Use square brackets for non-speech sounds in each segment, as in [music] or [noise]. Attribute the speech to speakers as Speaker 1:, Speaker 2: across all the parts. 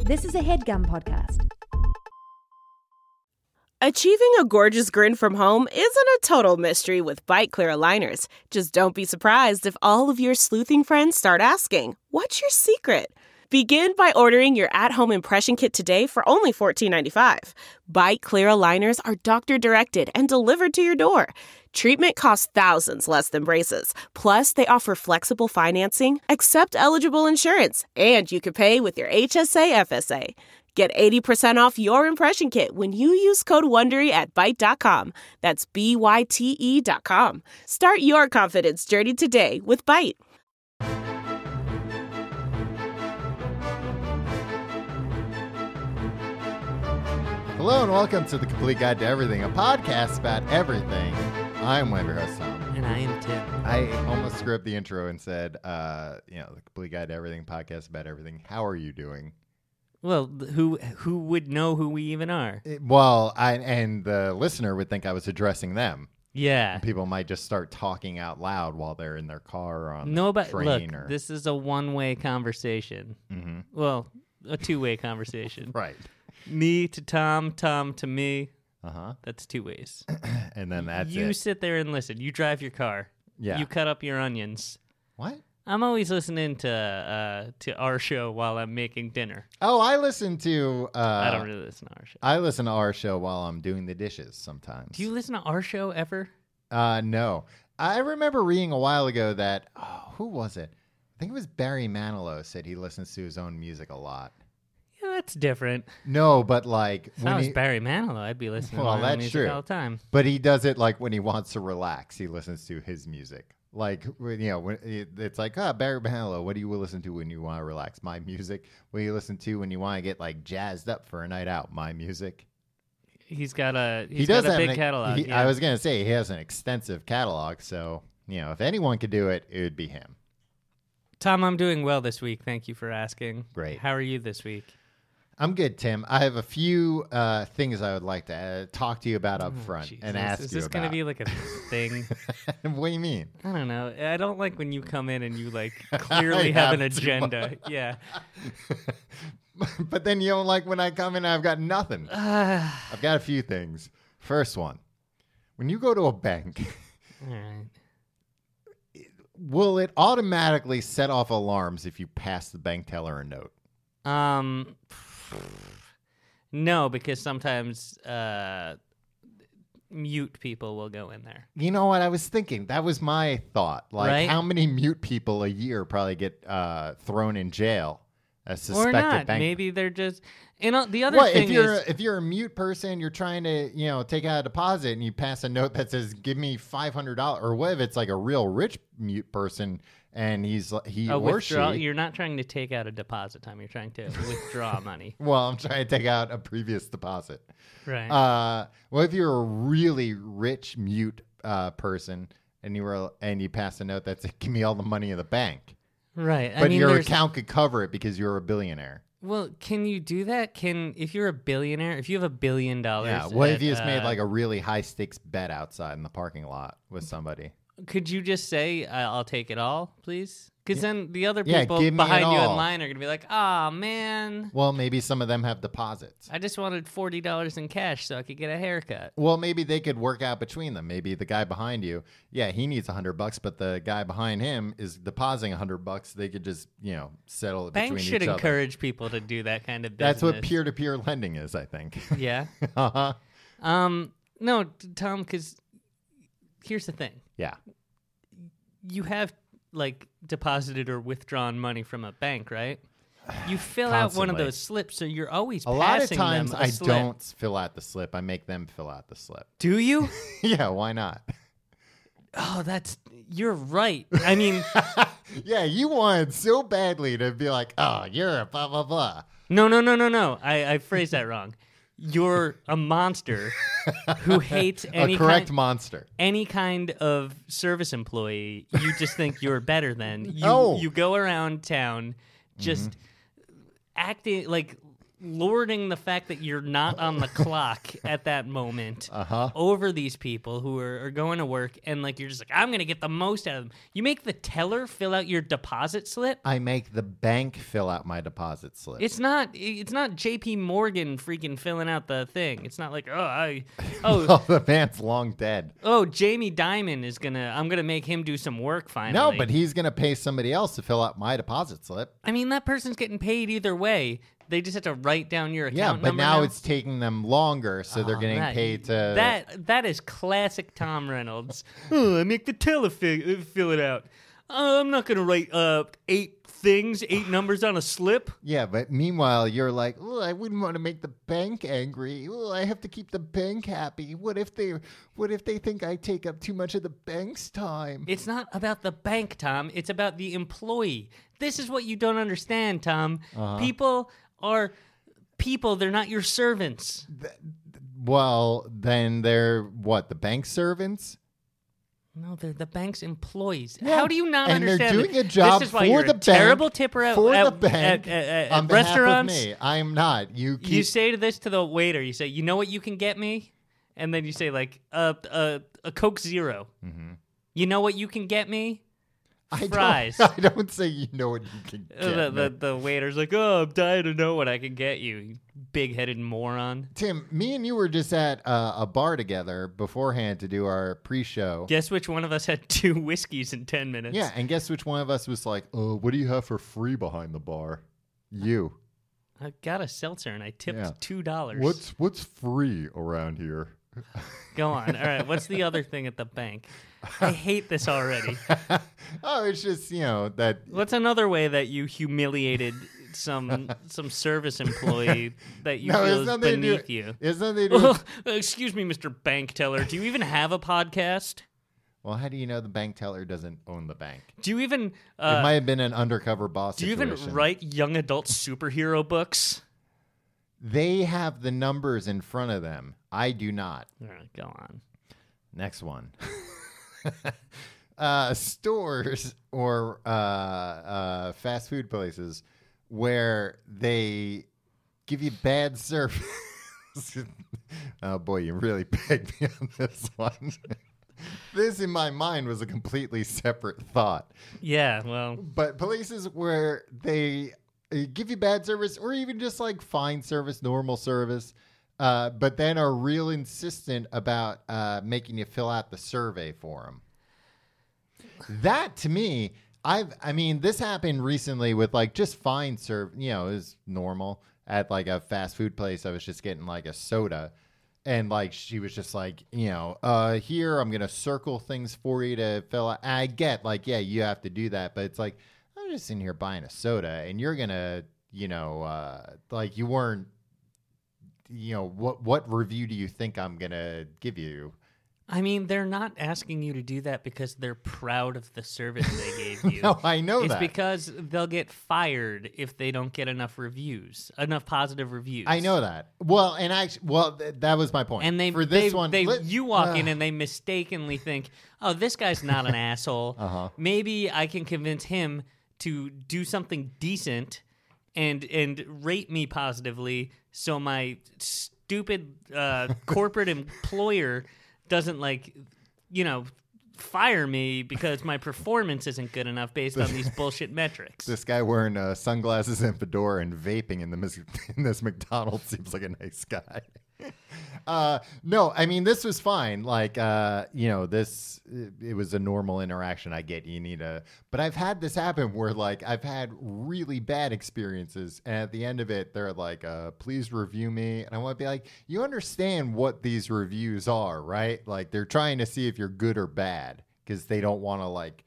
Speaker 1: This is a headgum podcast.
Speaker 2: Achieving a gorgeous grin from home isn't a total mystery with Bite Clear aligners. Just don't be surprised if all of your sleuthing friends start asking, What's your secret? Begin by ordering your at home impression kit today for only $14.95. Bite Clear aligners are doctor directed and delivered to your door. Treatment costs thousands less than braces. Plus, they offer flexible financing, accept eligible insurance, and you can pay with your HSA FSA. Get 80% off your impression kit when you use code WONDERY at Byte.com. That's B-Y-T-E E dot com. Start your confidence journey today with Byte.
Speaker 3: Hello and welcome to the Complete Guide to Everything, a podcast about everything. I'm one of your hosts, Tom.
Speaker 4: And I am Tim.
Speaker 3: I almost screwed up the intro and said, uh, you know, the Complete Guide to Everything podcast about everything. How are you doing?
Speaker 4: Well, th- who who would know who we even are?
Speaker 3: It- Eh, well, I, and the listener would think I was addressing them.
Speaker 4: Yeah.
Speaker 3: And people might just start talking out loud while they're in their car or on the
Speaker 4: Nobody.
Speaker 3: train
Speaker 4: Look,
Speaker 3: or
Speaker 4: this is a one-way conversation.
Speaker 3: Mhm.
Speaker 4: Well, a two-way conversation.
Speaker 3: right.
Speaker 4: Me to Tom, Tom to me.
Speaker 3: Uh huh.
Speaker 4: That's two ways.
Speaker 3: And then that's
Speaker 4: you
Speaker 3: it.
Speaker 4: sit there and listen. You drive your car.
Speaker 3: Yeah.
Speaker 4: You cut up your onions.
Speaker 3: what?
Speaker 4: I'm always listening to uh, to our show while I'm making dinner.
Speaker 3: Oh, I listen to. Uh,
Speaker 4: I don't really listen to our show.
Speaker 3: I listen to our show while I'm doing the dishes sometimes.
Speaker 4: Do you listen to our show ever?
Speaker 3: Uh, no. I remember reading a while ago that oh, who was it? I think it was Barry Manilow said he listens to his own music a lot.
Speaker 4: Yeah, that's different.
Speaker 3: No, but like
Speaker 4: If I
Speaker 3: when
Speaker 4: was
Speaker 3: he,
Speaker 4: Barry Manilow, I'd be listening
Speaker 3: Well,
Speaker 4: to my
Speaker 3: that's
Speaker 4: own music
Speaker 3: true.
Speaker 4: all the time.
Speaker 3: but he does it like when he wants to relax, he listens to his music. Like when, you know, when it- it's like, ah, Barry Manilow, what do you listen to when you want to relax? My music. What do you listen to when you want to get like jazzed up for a night out? My music.
Speaker 4: He's got a
Speaker 3: he
Speaker 4: he's
Speaker 3: does
Speaker 4: got a
Speaker 3: have
Speaker 4: big
Speaker 3: an- e-,
Speaker 4: catalog.
Speaker 3: he-
Speaker 4: yeah.
Speaker 3: I was gonna say he has an extensive catalog, so you know, if anyone could do it, it would be him.
Speaker 4: Tom, I'm doing well this week. Thank you for asking.
Speaker 3: Great.
Speaker 4: How are you this week?
Speaker 3: I'm good, Tim. I have a few uh, things I would like to uh, talk to you about up front
Speaker 4: Oh, Jesus,
Speaker 3: and ask
Speaker 4: is
Speaker 3: you
Speaker 4: this
Speaker 3: about.
Speaker 4: gonna be like a thing?
Speaker 3: [laughs] what do you mean? [laughs]
Speaker 4: I don't know. I don't like when you come in and you like clearly have,
Speaker 3: have
Speaker 4: an
Speaker 3: too [laughs]
Speaker 4: agenda. yeah.
Speaker 3: but then you don't like when I come in. I've got
Speaker 4: [sighs]
Speaker 3: nothing.
Speaker 4: Ah.
Speaker 3: I've got a few things. First one: when you go to a bank, [laughs]
Speaker 4: All right.
Speaker 3: will it automatically set off alarms if you pass the bank teller a note?
Speaker 4: Um, no, because sometimes uh, mute people will go in there.
Speaker 3: You know what I was thinking? That was my thought. Like,
Speaker 4: Right?
Speaker 3: how many mute people a year probably get uh, thrown in jail as
Speaker 4: Or
Speaker 3: suspected
Speaker 4: not.
Speaker 3: bank?
Speaker 4: Maybe they're just. And uh, the other
Speaker 3: What
Speaker 4: thing
Speaker 3: if you're
Speaker 4: is,
Speaker 3: if you're a mute person, you're trying to you know take out a deposit, and you pass a note that says "Give me five hundred dollars," or what if it's like a real rich mute person and he's li- he
Speaker 4: a
Speaker 3: or
Speaker 4: withdrawal.
Speaker 3: she?
Speaker 4: You're not trying to take out a deposit time. You're trying to withdraw money.
Speaker 3: Well, I'm trying to take out a previous deposit.
Speaker 4: Right.
Speaker 3: Uh, what if you're a really rich mute uh, person and you were and you passed a note that said "Give me all the money in the bank,"
Speaker 4: right.
Speaker 3: but
Speaker 4: I mean,
Speaker 3: your
Speaker 4: there's-
Speaker 3: account could cover it because you're a billionaire?
Speaker 4: Well, can you do that? Can if you're a billionaire, if you have a billion dollars,
Speaker 3: Yeah. What if
Speaker 4: at,
Speaker 3: you just made
Speaker 4: uh,
Speaker 3: like a really high stakes bet outside in the parking lot with somebody?
Speaker 4: Could you just say, I- "I'll take it all, please"? Because then the other
Speaker 3: Yeah,
Speaker 4: people
Speaker 3: give me it
Speaker 4: behind you in
Speaker 3: all.
Speaker 4: line are gonna be like, "Ah, man,
Speaker 3: Well, maybe some of them have deposits.
Speaker 4: I just wanted forty dollars in cash so I could get a haircut."
Speaker 3: Well, maybe they could work out between them. Maybe the guy behind you, yeah, he needs a hundred bucks, but the guy behind him is depositing a hundred bucks. They could just, you know, settle it
Speaker 4: Banks
Speaker 3: between
Speaker 4: should
Speaker 3: each other.
Speaker 4: encourage people to do that kind of business.
Speaker 3: That's what peer-to-peer lending is, I think. [laughs]
Speaker 4: Yeah.
Speaker 3: uh-huh.
Speaker 4: Um. No, t- Tom. Because here's the thing:
Speaker 3: Yeah,
Speaker 4: you have like deposited or withdrawn money from a bank, right? You fill out one of
Speaker 3: Constantly.
Speaker 4: those slips, so you're always
Speaker 3: a lot of
Speaker 4: passing them
Speaker 3: times
Speaker 4: a
Speaker 3: I
Speaker 4: slip.
Speaker 3: don't fill out the slip. I make them fill out the slip. [laughs]
Speaker 4: Do you?
Speaker 3: yeah, why not? [laughs]
Speaker 4: Oh, that's you're right. I mean,
Speaker 3: yeah, you wanted so badly to be like, oh, you're a blah blah blah.
Speaker 4: no, no, no, no, no. I, I phrased that wrong. You're a monster who hates
Speaker 3: [laughs]
Speaker 4: any
Speaker 3: a correct
Speaker 4: kind,
Speaker 3: monster.
Speaker 4: any kind of service employee. You just think you're
Speaker 3: [laughs]
Speaker 4: better than you.
Speaker 3: Oh. Mm-hmm.
Speaker 4: You go around town just acting like lording the fact that you're not on
Speaker 3: [laughs]
Speaker 4: the clock at that moment
Speaker 3: Uh-huh.
Speaker 4: over these people who are, are going to work and like you're just like i'm gonna get the most out of them you make the teller fill out your deposit slip
Speaker 3: I make the bank fill out my deposit slip.
Speaker 4: it's not it's not jp morgan freaking filling out the thing it's not like oh i oh
Speaker 3: [laughs]
Speaker 4: [laughs]
Speaker 3: oh, the man's long dead.
Speaker 4: oh jamie diamond is gonna i'm gonna make him do some work finally
Speaker 3: No, but he's gonna pay somebody else to fill out my deposit slip.
Speaker 4: i mean that person's getting paid either way they just have to write down your account
Speaker 3: Yeah, but
Speaker 4: number
Speaker 3: now, it's taking them longer, so they're
Speaker 4: Oh,
Speaker 3: getting
Speaker 4: that-
Speaker 3: paid to.
Speaker 4: that that is classic Tom [laughs] Reynolds. oh, I make the teller fi- fill it out. Uh, I'm not gonna write uh, eight things, eight numbers on a slip.
Speaker 3: Yeah, but meanwhile you're like, oh, I wouldn't want to make the bank angry. Oh, I have to keep the bank happy. What if they, what if they think I take up too much of the bank's time?
Speaker 4: [sighs] It's not about the bank, Tom. It's about the employee. This is what you don't understand, Tom. People are people. They're not your servants.
Speaker 3: well, then they're what the bank servants.
Speaker 4: No, they're the bank's employees. How do you not
Speaker 3: and
Speaker 4: understand?
Speaker 3: they're doing
Speaker 4: this?
Speaker 3: a job
Speaker 4: this is
Speaker 3: for
Speaker 4: why you're
Speaker 3: the
Speaker 4: a
Speaker 3: bank,
Speaker 4: terrible tipper at,
Speaker 3: for
Speaker 4: at-
Speaker 3: the bank
Speaker 4: at- at- at
Speaker 3: on behalf of
Speaker 4: restaurants.
Speaker 3: me. I'm not. You keep
Speaker 4: you say to this to the waiter, you say, "You know what you can get me," and then you say like a a, a Coke 0
Speaker 3: Mm-hmm.
Speaker 4: You know what you can get me?
Speaker 3: I don't- [laughs]
Speaker 4: fries.
Speaker 3: I don't, say you know what you can get.
Speaker 4: Uh, the,
Speaker 3: man.
Speaker 4: the the waiter's like, "Oh, I'm dying to know what I can get you, you big headed moron."
Speaker 3: Tim, me and you were just at uh, a bar together beforehand to do our pre-show.
Speaker 4: Guess which one of us had [laughs] two whiskeys in ten minutes?
Speaker 3: Yeah, and guess which one of us was like, "Oh, what do you have for free behind the bar?" You.
Speaker 4: I got a seltzer and I tipped
Speaker 3: Yeah.
Speaker 4: two dollars.
Speaker 3: what's free around here? [laughs]
Speaker 4: Go on. All right. What's the other thing at the bank? I hate this already.
Speaker 3: oh, it's just you know that
Speaker 4: What's another way that you humiliated some some service employee that you
Speaker 3: no,
Speaker 4: feel
Speaker 3: it's
Speaker 4: is
Speaker 3: nothing to
Speaker 4: beneath
Speaker 3: do.
Speaker 4: you?
Speaker 3: It's nothing to do.
Speaker 4: [laughs] Well,
Speaker 3: with-
Speaker 4: excuse me, Mr. Bank Teller. Do you even have a podcast?
Speaker 3: well, how do you know the bank teller doesn't own the bank?
Speaker 4: Do you even
Speaker 3: it
Speaker 4: uh,
Speaker 3: might have been an undercover boss.
Speaker 4: do you even
Speaker 3: situation.
Speaker 4: write young adult superhero books?
Speaker 3: They have the numbers in front of them. I do not.
Speaker 4: All right, go on.
Speaker 3: Next one. uh, stores or uh, uh, fast food places where they give you bad service. [laughs] oh boy, you really [laughs] pegged me on this one. [laughs] this in my mind was a completely separate thought.
Speaker 4: Yeah, well,
Speaker 3: But places where they uh, give you bad service or even just like fine service, normal service, uh, but then are real insistent about uh, making you fill out the survey form. That to me, I've, I mean, this happened recently with like just fine serve, you know, is normal at like a fast food place. I was just getting like a soda. And like she was just like, you know, uh, here I'm gonna circle things for you to fill out. And I get like, yeah, you have to do that, but it's like I'm just in here buying a soda, and you're gonna, you know, uh, like you weren't, you know, what what review do you think I'm gonna give you? [laughs]
Speaker 4: I mean, they're not asking you to do that because they're proud of the service they gave [laughs] you.
Speaker 3: No, I know
Speaker 4: it's
Speaker 3: that.
Speaker 4: because they'll get fired if they don't get enough reviews, enough positive reviews.
Speaker 3: I know that. Well, and actually, well, th- that was my point.
Speaker 4: And they
Speaker 3: for this
Speaker 4: they-
Speaker 3: one,
Speaker 4: they-
Speaker 3: let-
Speaker 4: you walk
Speaker 3: uh,
Speaker 4: in and they mistakenly think, "Oh, this guy's
Speaker 3: [laughs]
Speaker 4: not an asshole.
Speaker 3: Uh-huh.
Speaker 4: Maybe I can convince him to do something decent and and rate me positively, so my stupid
Speaker 3: [laughs]
Speaker 4: uh, corporate employer doesn't like, you know." Fire me because my performance isn't good enough based on
Speaker 3: [laughs]
Speaker 4: these bullshit metrics.
Speaker 3: This guy wearing uh, sunglasses and fedora and vaping in the mis- [laughs] in this McDonald's seems like a nice guy. Uh, no, I mean this was fine. Like uh, you know, this it, it was a normal interaction. I get you need a, but I've had this happen where like I've had really bad experiences, and at the end of it, they're like, uh, "Please review me," and I want to be like, "You understand what these reviews are, right? Like they're trying to see if you're good or bad because they don't want to like."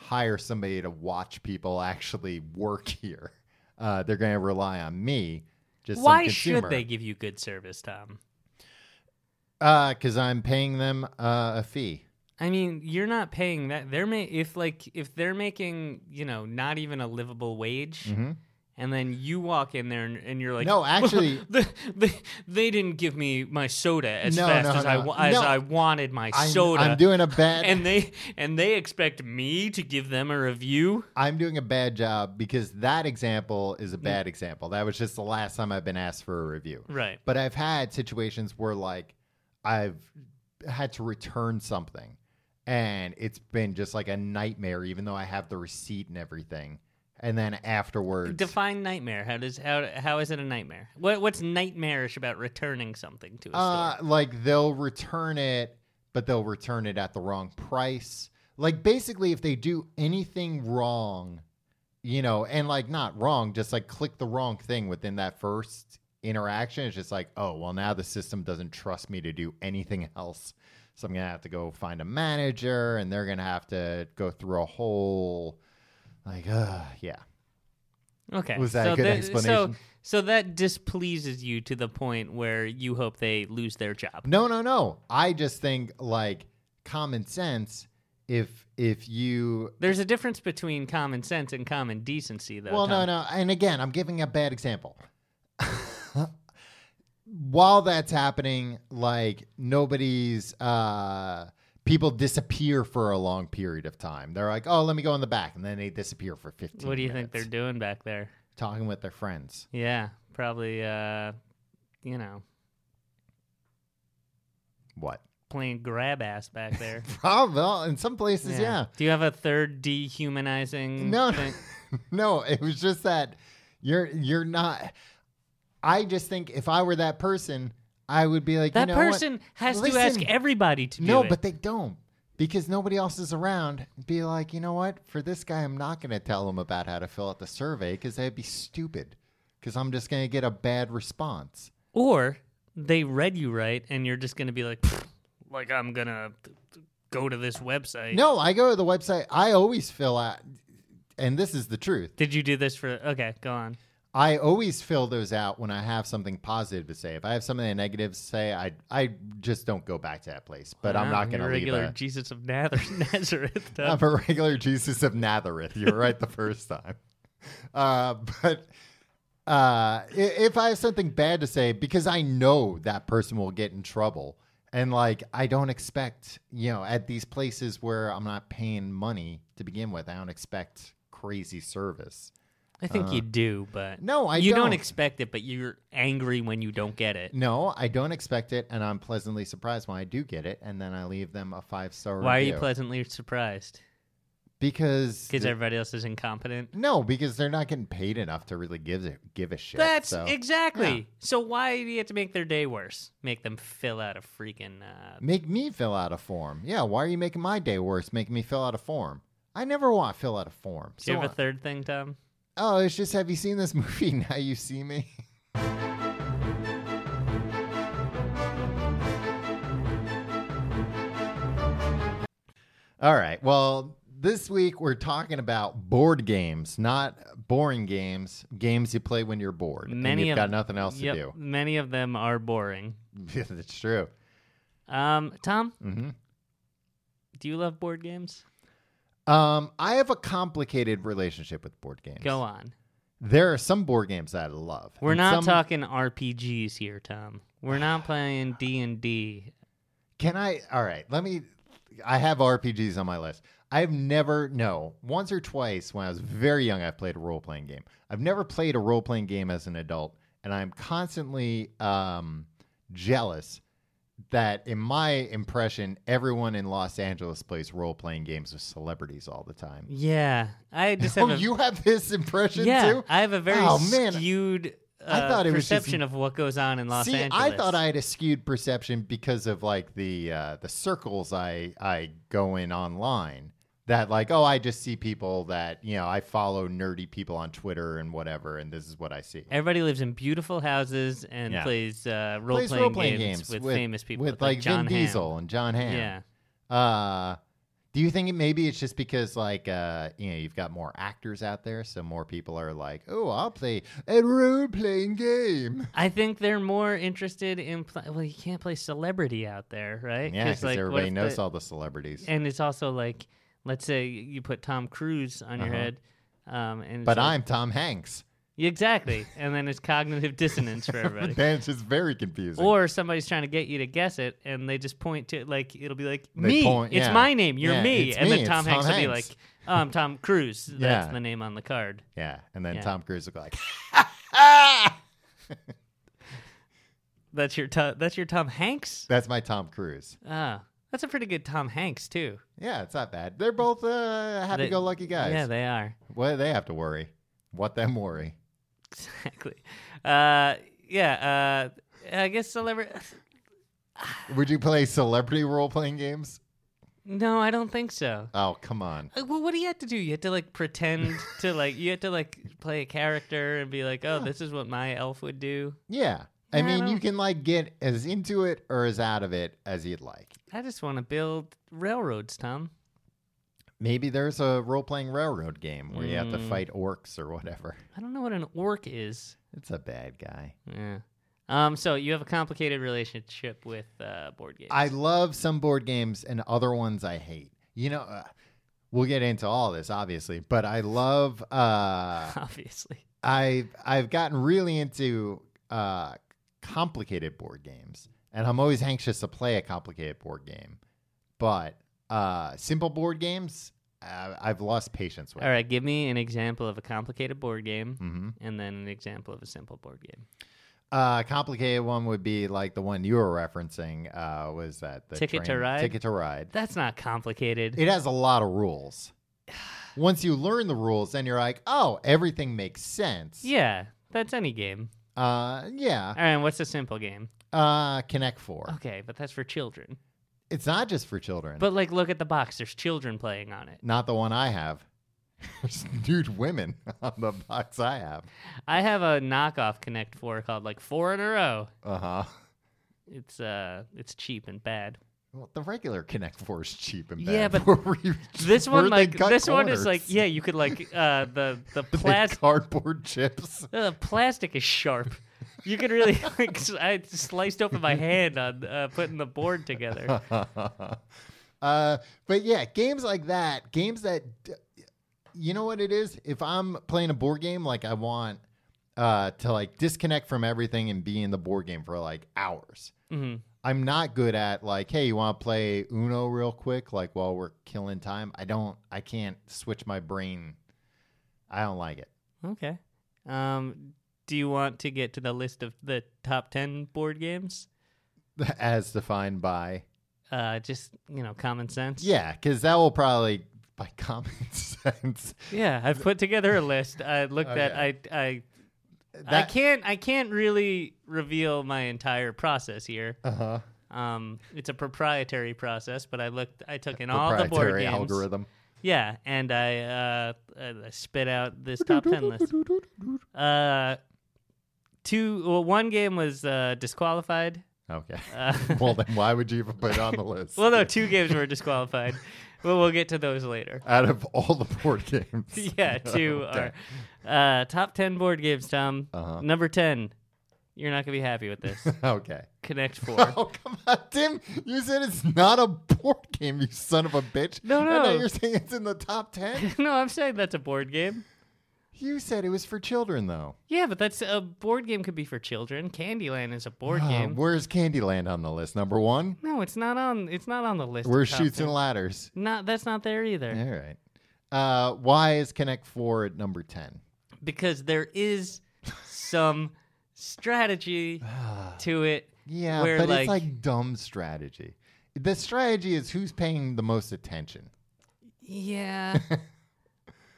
Speaker 3: hire somebody to watch people [laughs] actually work here. Uh, they're going to rely on me. Just some
Speaker 4: Why should
Speaker 3: consumer.
Speaker 4: they give you good service, Tom?
Speaker 3: Because Uh, I'm paying them uh, a fee.
Speaker 4: I mean, you're not paying that. They're ma- if like if they're making you know not even a livable wage, and then you walk in there and, and you're like,
Speaker 3: Mm-hmm. No,
Speaker 4: [laughs]
Speaker 3: actually-
Speaker 4: the, the, they didn't give me my soda as
Speaker 3: No,
Speaker 4: fast
Speaker 3: no,
Speaker 4: as I
Speaker 3: no.
Speaker 4: wa- as
Speaker 3: No.
Speaker 4: I wanted my
Speaker 3: I'm,
Speaker 4: soda."
Speaker 3: I'm doing a bad.
Speaker 4: [laughs] and they and they expect me to give them a review.
Speaker 3: I'm doing a bad job because that example is a bad example. That was just the last time I've been asked for a review.
Speaker 4: Right.
Speaker 3: But I've had situations where like I've had to return something and it's been just like a nightmare even though I have the receipt and everything. And then afterwards
Speaker 4: Define nightmare. How does how how is it a nightmare? What what's nightmarish about returning something to a
Speaker 3: uh
Speaker 4: store?
Speaker 3: like they'll return it but they'll return it at the wrong price. Like basically if they do anything wrong, you know, and like not wrong, just like click the wrong thing within that first interaction. It's just like, oh, well, now the system doesn't trust me to do anything [laughs] else. So I'm going to have to go find a manager and they're going to have to go through a whole, like, uh, yeah.
Speaker 4: Okay.
Speaker 3: was that a good
Speaker 4: the- So,
Speaker 3: explanation?
Speaker 4: so that displeases you to the point where you hope they lose their job.
Speaker 3: No, no, no. I just think like common sense. If, if you
Speaker 4: There's a difference between common sense and common decency, though.
Speaker 3: Well, no,
Speaker 4: Tom.
Speaker 3: no. And again, I'm giving a bad example. [laughs] While that's happening, like nobody's uh people disappear for a long period of time. They're like, "Oh, let me go in the back." And then they disappear for 15
Speaker 4: What do you
Speaker 3: minutes,
Speaker 4: think they're doing back there?
Speaker 3: talking with their friends?
Speaker 4: Yeah, probably. Uh, you know,
Speaker 3: What? [laughs]
Speaker 4: playing grab ass back there.
Speaker 3: Probably in some places, yeah.
Speaker 4: Do you have a third dehumanizing?
Speaker 3: No, [laughs]
Speaker 4: thing?
Speaker 3: no, it was just that you're you're not I just think if I were that person, I would be like,
Speaker 4: That
Speaker 3: you know what?
Speaker 4: person has to ask
Speaker 3: Listen.
Speaker 4: everybody to do
Speaker 3: No,
Speaker 4: it.
Speaker 3: but they don't because nobody else is around. Be like, you know what? For this guy, I'm not going to tell him about how to fill out the survey because that'd be stupid. Because I'm just going to get a bad response.
Speaker 4: or they read you right, and you're just gonna be like, "Pfft, like I'm gonna go to this website.
Speaker 3: No, I go to the website. I always fill out, and this is the truth.
Speaker 4: Did you do this for? Okay, go on.
Speaker 3: I always fill those out when I have something positive to say. If I have something negative to say, I I just don't go back to that place. But I'm
Speaker 4: Wow,
Speaker 3: not going
Speaker 4: you're
Speaker 3: to
Speaker 4: a
Speaker 3: leave.
Speaker 4: regular
Speaker 3: a-
Speaker 4: Jesus of Nazareth. [laughs] Nazareth
Speaker 3: [laughs]
Speaker 4: though.
Speaker 3: I'm a regular Jesus of Nazareth. You were right the first time. [laughs] Uh, but uh, i- if I have something bad to say, because I know that person will get in trouble, and like I don't expect, you know, at these places where I'm not paying money to begin with, I don't expect crazy service.
Speaker 4: I think you do, but
Speaker 3: Uh. No, I
Speaker 4: you don't.
Speaker 3: don't.
Speaker 4: expect it, but you're angry when you don't get it.
Speaker 3: No, I don't expect it, and I'm pleasantly surprised when I do get it, and then I leave them a five star.
Speaker 4: Why are you pleasantly surprised?
Speaker 3: Because
Speaker 4: Because everybody else is incompetent.
Speaker 3: no, because they're not getting paid enough to really give a- give a shit.
Speaker 4: That's
Speaker 3: so.
Speaker 4: exactly.
Speaker 3: Yeah.
Speaker 4: So why do you have to make their day worse? Make them fill out a freaking uh,
Speaker 3: Make me fill out a form. Yeah, why are you making my day worse? Making me fill out a form. I never want to fill out a form.
Speaker 4: Do you
Speaker 3: So
Speaker 4: have a third thing, Tom?
Speaker 3: oh, it's just have you seen this [laughs] movie? Now you see me. All right. Well, this week we're talking about board games, not boring games. Games you play when you're bored and you've got nothing else
Speaker 4: yep,
Speaker 3: to
Speaker 4: Many of them are boring.
Speaker 3: do. [laughs] That's true.
Speaker 4: Um, Tom,
Speaker 3: hmm
Speaker 4: do you love board games?
Speaker 3: Um, I have a complicated relationship with board games.
Speaker 4: Go on.
Speaker 3: There are some board games that I love.
Speaker 4: We're
Speaker 3: and some-
Speaker 4: not talking RPGs here, Tom. We're not playing D and D.
Speaker 3: Can I? All right. Let me. I have RPGs on my list. I've never, no, once or twice when I was very young, I played a role playing game. I've never played a role playing game as an adult, and I'm constantly um, jealous that, in my impression, everyone in Los Angeles plays role playing games with celebrities all the time.
Speaker 4: Yeah, I just
Speaker 3: [laughs]
Speaker 4: have
Speaker 3: Oh,
Speaker 4: a,
Speaker 3: you have this impression
Speaker 4: yeah,
Speaker 3: too?
Speaker 4: I have a very
Speaker 3: Oh, man.
Speaker 4: skewed uh,
Speaker 3: I thought it was just-
Speaker 4: perception of what goes on in Los
Speaker 3: See,
Speaker 4: Angeles.
Speaker 3: I thought I had a skewed perception because of like the uh, the circles I I go in online. That like, oh, I just see people that you know I follow nerdy people on Twitter and whatever, and this is what I see.
Speaker 4: Everybody lives in beautiful houses and
Speaker 3: Yeah.
Speaker 4: plays uh, role
Speaker 3: Plays
Speaker 4: playing
Speaker 3: role-playing
Speaker 4: games, with, famous people,
Speaker 3: with like,
Speaker 4: John
Speaker 3: Vin
Speaker 4: Hamm.
Speaker 3: Diesel and John Hamm.
Speaker 4: Yeah,
Speaker 3: Uh, do you think it, maybe it's just because like uh, you know you've got more actors out there, so more people are like, oh, I'll play a role playing game.
Speaker 4: I think they're more interested in. Pl- well, you can't play celebrity out there, right?
Speaker 3: Yeah, because
Speaker 4: like, what
Speaker 3: everybody
Speaker 4: if
Speaker 3: knows
Speaker 4: the-
Speaker 3: all the celebrities.
Speaker 4: And it's also like, let's say you put Tom Cruise on your
Speaker 3: Uh-huh.
Speaker 4: head, um, and it's
Speaker 3: But
Speaker 4: like-
Speaker 3: I'm Tom Hanks.
Speaker 4: Exactly. And then
Speaker 3: [laughs]
Speaker 4: it's cognitive dissonance for everybody.
Speaker 3: Then it's just very confusing.
Speaker 4: Or somebody's trying to get you to guess it, and they just point to like it'll be like
Speaker 3: They
Speaker 4: me.
Speaker 3: point-
Speaker 4: it's
Speaker 3: yeah.
Speaker 4: my name. You're
Speaker 3: Yeah,
Speaker 4: me.
Speaker 3: it's
Speaker 4: And
Speaker 3: me,
Speaker 4: then
Speaker 3: it's
Speaker 4: Tom
Speaker 3: Tom
Speaker 4: Hanks will be like,
Speaker 3: Hanks.
Speaker 4: oh, I'm Tom
Speaker 3: [laughs]
Speaker 4: Cruise. That's
Speaker 3: Yeah.
Speaker 4: the name on the card.
Speaker 3: yeah, and then
Speaker 4: Yeah.
Speaker 3: Tom Cruise would be like, [laughs]
Speaker 4: That's your to- that's your Tom Hanks.
Speaker 3: "That's my Tom Cruise."
Speaker 4: Ah, that's a pretty good Tom Hanks too.
Speaker 3: Yeah, it's not bad. They're both uh,
Speaker 4: They-
Speaker 3: happy-go-lucky guys.
Speaker 4: Yeah, they are. [laughs]
Speaker 3: what do they have to worry? What them worry?
Speaker 4: Exactly. Uh, yeah. Uh, I guess celebrity.
Speaker 3: Would you play celebrity role-playing games?
Speaker 4: [sighs] No, I don't think so.
Speaker 3: Oh, come on.
Speaker 4: Uh, Well, what do you have to do? You had to like pretend
Speaker 3: [laughs]
Speaker 4: to like you had to like play a character and be like, oh, this is what my elf would do.
Speaker 3: Yeah. I
Speaker 4: Yeah, I
Speaker 3: mean, you
Speaker 4: don't-
Speaker 3: can like get as into it or as out of it as you'd like.
Speaker 4: I just want to build railroads, Tom.
Speaker 3: Maybe there's a role-playing railroad game where you have to
Speaker 4: Mm.
Speaker 3: fight orcs or whatever.
Speaker 4: I don't know what an orc is.
Speaker 3: It's a bad guy.
Speaker 4: Yeah. Um. So you have a complicated relationship with uh, board games.
Speaker 3: I
Speaker 4: [laughs]
Speaker 3: love some board games and other ones I hate. You know, uh, we'll get into all this obviously, but I love
Speaker 4: [laughs]
Speaker 3: uh
Speaker 4: obviously.
Speaker 3: I've I've gotten really into uh, complicated board games, and I'm always anxious to play a complicated board game. But uh, simple board games, uh, I've lost patience with.
Speaker 4: All right. Give me an example of a complicated board game,
Speaker 3: Mm-hmm.
Speaker 4: and then an example of a simple board game.
Speaker 3: Uh, complicated one would be like the one you were referencing. Uh, was that the
Speaker 4: Ticket to
Speaker 3: train-
Speaker 4: Ride?
Speaker 3: Ticket to ride.
Speaker 4: That's not complicated.
Speaker 3: It has a lot of rules. Once you learn the rules, then you're like, oh, everything makes sense.
Speaker 4: yeah. That's any game.
Speaker 3: Uh, yeah.
Speaker 4: All right. and What's a simple game?
Speaker 3: Uh, Connect Four.
Speaker 4: Okay, but that's for children.
Speaker 3: It's not just for children.
Speaker 4: But like, look at the box. There's children playing on it.
Speaker 3: Not the one I have. [laughs] There's nude women [laughs] on the box I have.
Speaker 4: I have a knockoff Connect Four called like Four in a Row.
Speaker 3: Uh huh.
Speaker 4: It's uh, it's cheap and bad.
Speaker 3: Well, the regular Connect Four is cheap and bad.
Speaker 4: Yeah,
Speaker 3: [laughs]
Speaker 4: but
Speaker 3: Where we-
Speaker 4: This
Speaker 3: where
Speaker 4: one
Speaker 3: they
Speaker 4: like
Speaker 3: cut
Speaker 4: this one is
Speaker 3: corners.
Speaker 4: like yeah, you
Speaker 3: [laughs]
Speaker 4: could like uh the the
Speaker 3: Big
Speaker 4: plastic
Speaker 3: cardboard chips.
Speaker 4: the plastic is sharp. You could really [laughs] like s- I sliced open my hand on uh, putting the board together.
Speaker 3: [laughs] uh, but yeah, games like that, games that, d- you know what it is. If I'm playing a board game, like I want uh, to like disconnect from everything and be in the board game for like hours.
Speaker 4: hmm
Speaker 3: I'm not good at like, hey, you want to play Uno real quick, like while we're killing time. I don't, I can't switch my brain. I don't like it. [laughs]
Speaker 4: Okay. Um, do you want to get to the list of the top ten board games?
Speaker 3: As defined by,
Speaker 4: Uh, just you know, common sense.
Speaker 3: yeah, because that will probably, by [laughs] common sense,
Speaker 4: Yeah, I've put together a list. I looked
Speaker 3: Okay.
Speaker 4: at. I I I
Speaker 3: that
Speaker 4: can't. I can't really reveal my entire process here.
Speaker 3: uh-huh,
Speaker 4: Um, it's a proprietary process, but I looked. I took in all the board
Speaker 3: proprietary
Speaker 4: games.
Speaker 3: algorithm.
Speaker 4: Yeah, and I uh, I I spit out this top
Speaker 3: [laughs]
Speaker 4: ten list. Uh, two. Well, one game was uh, disqualified.
Speaker 3: Okay.
Speaker 4: [laughs] Uh,
Speaker 3: [laughs] well, then why would you even put it on
Speaker 4: [laughs]
Speaker 3: the list?
Speaker 4: well, no, two games
Speaker 3: [laughs]
Speaker 4: were disqualified. well, we'll get to those later.
Speaker 3: Out of all the
Speaker 4: [laughs]
Speaker 3: board games, [laughs]
Speaker 4: Yeah, two are uh, top ten board games. Tom,
Speaker 3: Uh-huh.
Speaker 4: number ten. You're not gonna be happy
Speaker 3: [laughs]
Speaker 4: with this.
Speaker 3: okay.
Speaker 4: Connect Four.
Speaker 3: [laughs]
Speaker 4: [laughs]
Speaker 3: Oh come on, Tim! You said it's not a board game, you son of a bitch.
Speaker 4: No,
Speaker 3: And now
Speaker 4: no.
Speaker 3: you're saying it's in the top
Speaker 4: [laughs]
Speaker 3: ten.
Speaker 4: no, I'm saying that's a board game.
Speaker 3: You said it was for children, though.
Speaker 4: Yeah, but that's a board game could be for children. Candyland is a board
Speaker 3: Uh,
Speaker 4: game.
Speaker 3: where's Candyland on the list? Number one.
Speaker 4: No, it's not on. It's not on the list. of
Speaker 3: Where's
Speaker 4: top
Speaker 3: Shoots
Speaker 4: ten.
Speaker 3: and Ladders?
Speaker 4: Not that's not there either.
Speaker 3: All right. Uh, why is Connect Four at number ten?
Speaker 4: because there is some
Speaker 3: [sighs]
Speaker 4: strategy to it.
Speaker 3: Yeah,
Speaker 4: where
Speaker 3: but
Speaker 4: like,
Speaker 3: it's like dumb strategy. The strategy is who's paying the most attention. [laughs]
Speaker 4: yeah,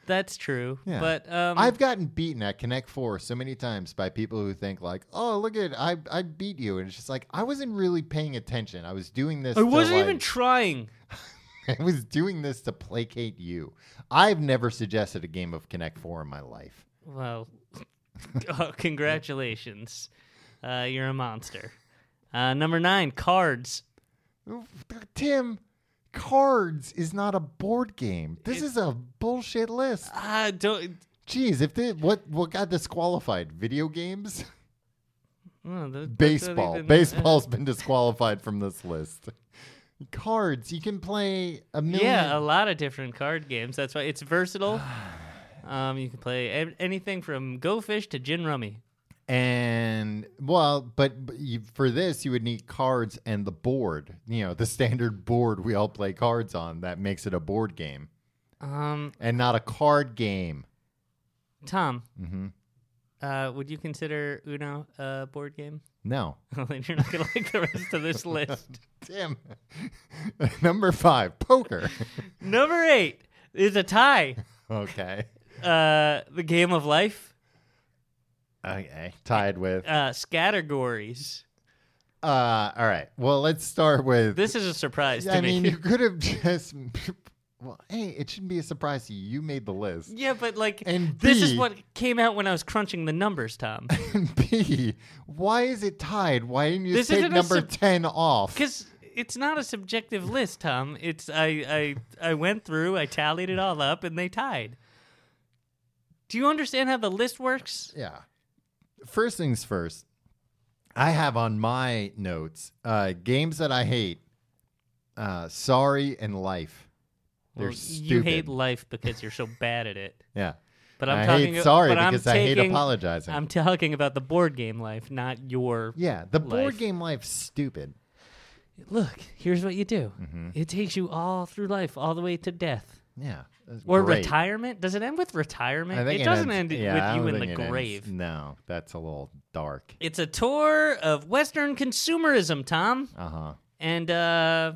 Speaker 4: that's true.
Speaker 3: Yeah.
Speaker 4: But um,
Speaker 3: I've gotten beaten at Connect Four so many times by people who think like, "Oh, look at I I beat you," and it's just like I wasn't really paying attention. I was doing this.
Speaker 4: I
Speaker 3: to,
Speaker 4: wasn't
Speaker 3: like-
Speaker 4: even trying.
Speaker 3: [laughs] I was doing this to placate you. I've never suggested a game of Connect Four in my life. [laughs]
Speaker 4: Well, [laughs] uh, congratulations, uh, you're a monster. Uh, number nine, cards.
Speaker 3: Tim, cards is not a board game. This is a bullshit list.
Speaker 4: Uh, don't.
Speaker 3: Jeez, if they, what what got disqualified? Video games, [laughs]
Speaker 4: well, th- that's not
Speaker 3: baseball. [laughs]
Speaker 4: even- [laughs]
Speaker 3: Baseball's been disqualified from this list. Cards, you can play a million. [sighs]
Speaker 4: Yeah, a lot of different card games. That's why it's versatile. Um, you can play a- anything from Go Fish to Gin Rummy.
Speaker 3: And well, but, but you, for this, you would need cards and the board. You know, the standard board we all play cards on that makes it a board game
Speaker 4: Um,
Speaker 3: and not a card game.
Speaker 4: Tom,
Speaker 3: hmm
Speaker 4: uh, would you consider Uno a board game? [laughs]
Speaker 3: No.
Speaker 4: Well, then you're not gonna like the rest of
Speaker 3: [laughs]
Speaker 4: this list.
Speaker 3: Damn. Number five, poker. [laughs]
Speaker 4: Number eight is a tie.
Speaker 3: okay.
Speaker 4: Uh, the game of life.
Speaker 3: Okay. Tied with.
Speaker 4: Uh, categories.
Speaker 3: Uh, all right. Well, let's start with.
Speaker 4: This is a surprise to
Speaker 3: I
Speaker 4: me.
Speaker 3: mean, you could have just. [laughs] Well, hey, it shouldn't be a surprise to you. You made the list.
Speaker 4: [laughs] yeah, but like
Speaker 3: And
Speaker 4: this is
Speaker 3: B-
Speaker 4: what came out when I was crunching the numbers,
Speaker 3: [laughs]
Speaker 4: Tom.
Speaker 3: And B, why is it tied? Why didn't you
Speaker 4: This
Speaker 3: just take
Speaker 4: isn't a
Speaker 3: number
Speaker 4: sub-
Speaker 3: 10 off?
Speaker 4: Because it's not a subjective list, Tom. It's I, I I went through, I tallied it all up, and they tied. Do you understand how the list works?
Speaker 3: Yeah. First things first, I have on my notes uh, games that I hate uh, Sorry and Life. They're
Speaker 4: Well,
Speaker 3: stupid.
Speaker 4: You hate life because you're so bad at it.
Speaker 3: yeah.
Speaker 4: But I'm
Speaker 3: I
Speaker 4: talking.
Speaker 3: hate sorry
Speaker 4: but I'm
Speaker 3: because I hate
Speaker 4: taking-
Speaker 3: apologizing.
Speaker 4: I'm talking about the board game life, not your.
Speaker 3: yeah, the board
Speaker 4: Life.
Speaker 3: game life's stupid.
Speaker 4: Look, here's what you do.
Speaker 3: Mm-hmm.
Speaker 4: It takes you all through life, all the way to death
Speaker 3: Yeah. that's
Speaker 4: or
Speaker 3: great.
Speaker 4: retirement. Does it end with retirement?
Speaker 3: I think
Speaker 4: it doesn't
Speaker 3: ends-
Speaker 4: end
Speaker 3: yeah, I
Speaker 4: with
Speaker 3: don't
Speaker 4: you in
Speaker 3: think
Speaker 4: the
Speaker 3: it ends-
Speaker 4: grave.
Speaker 3: No, that's a little dark.
Speaker 4: It's a tour of Western consumerism, Tom,
Speaker 3: Uh huh.
Speaker 4: and uh,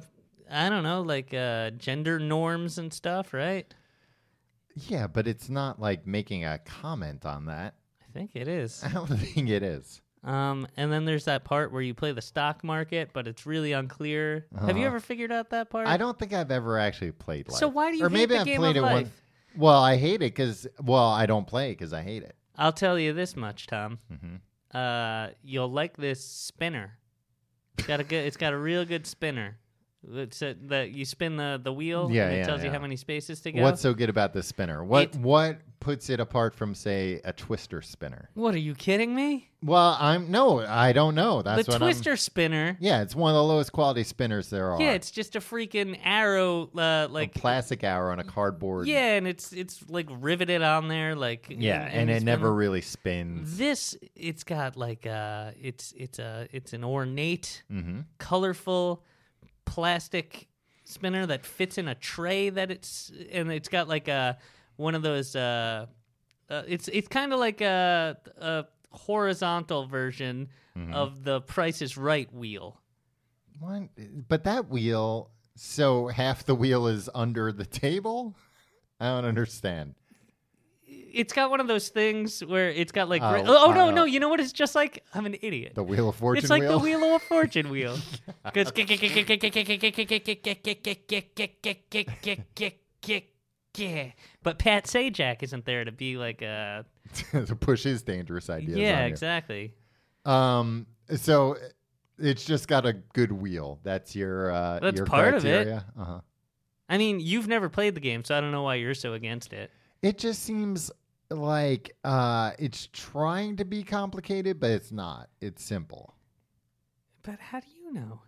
Speaker 4: I don't know, like uh, gender norms and stuff, right?
Speaker 3: Yeah, but it's not like making a comment on that. [laughs]
Speaker 4: I think it is.
Speaker 3: I don't think it is.
Speaker 4: Um, and then there's that part where you play the stock market, but it's really unclear. Have you
Speaker 3: Uh-huh.
Speaker 4: ever figured out that part?
Speaker 3: I don't think I've ever actually played life.
Speaker 4: So why do you
Speaker 3: or
Speaker 4: hate
Speaker 3: maybe
Speaker 4: the
Speaker 3: I've
Speaker 4: game
Speaker 3: played
Speaker 4: of
Speaker 3: it one.
Speaker 4: life?
Speaker 3: Well, I hate it because well, I don't play because I hate it.
Speaker 4: I'll tell you this much, Tom.
Speaker 3: Mm-hmm.
Speaker 4: Uh, you'll like this spinner. It's got a good. It's got a real good spinner. It's a, the, you spin the, the wheel.
Speaker 3: Yeah,
Speaker 4: and It
Speaker 3: yeah,
Speaker 4: tells you how
Speaker 3: yeah.
Speaker 4: many spaces to go.
Speaker 3: What's so good about this spinner? What
Speaker 4: It-
Speaker 3: what puts it apart from say a twister spinner?
Speaker 4: what are you kidding me?
Speaker 3: Well, I'm no, I don't know. That's
Speaker 4: the
Speaker 3: what
Speaker 4: twister spinner.
Speaker 3: I'm, yeah, it's one of the lowest quality spinners there are.
Speaker 4: Yeah, it's just a freaking arrow,
Speaker 3: a
Speaker 4: uh, like
Speaker 3: plastic hour on a cardboard.
Speaker 4: yeah, and it's it's like riveted on there, like
Speaker 3: yeah, and,
Speaker 4: it's
Speaker 3: it never
Speaker 4: been-
Speaker 3: really spins.
Speaker 4: This it's got like uh, it's it's a it's an ornate,
Speaker 3: Mm-hmm.
Speaker 4: colorful plastic spinner that fits in a tray that it's and it's got like a one of those uh, uh it's it's kind of like a a horizontal version
Speaker 3: Mm-hmm.
Speaker 4: of the Price is Right wheel.
Speaker 3: One, but that wheel. So half the wheel is under the table. I don't understand.
Speaker 4: it's got one of those things where it's got like gra-
Speaker 3: Oh,
Speaker 4: oh, no
Speaker 3: uh,
Speaker 4: no you know what it's just like i'm an idiot
Speaker 3: The wheel of fortune.
Speaker 4: it's like
Speaker 3: wheel?
Speaker 4: the wheel of fortune wheel 'Cause- but pat sajak isn't there to be like uh
Speaker 3: [laughs] to push his dangerous ideas. on
Speaker 4: yeah
Speaker 3: you.
Speaker 4: exactly
Speaker 3: Um, so it's just got a good wheel. That's your uh,
Speaker 4: That's
Speaker 3: your
Speaker 4: part of it.
Speaker 3: criteria. Uh-huh.
Speaker 4: i mean you've never played the game so i don't know why you're so against it
Speaker 3: It just seems like uh, it's trying to be complicated, but it's not. It's simple.
Speaker 4: but how do you know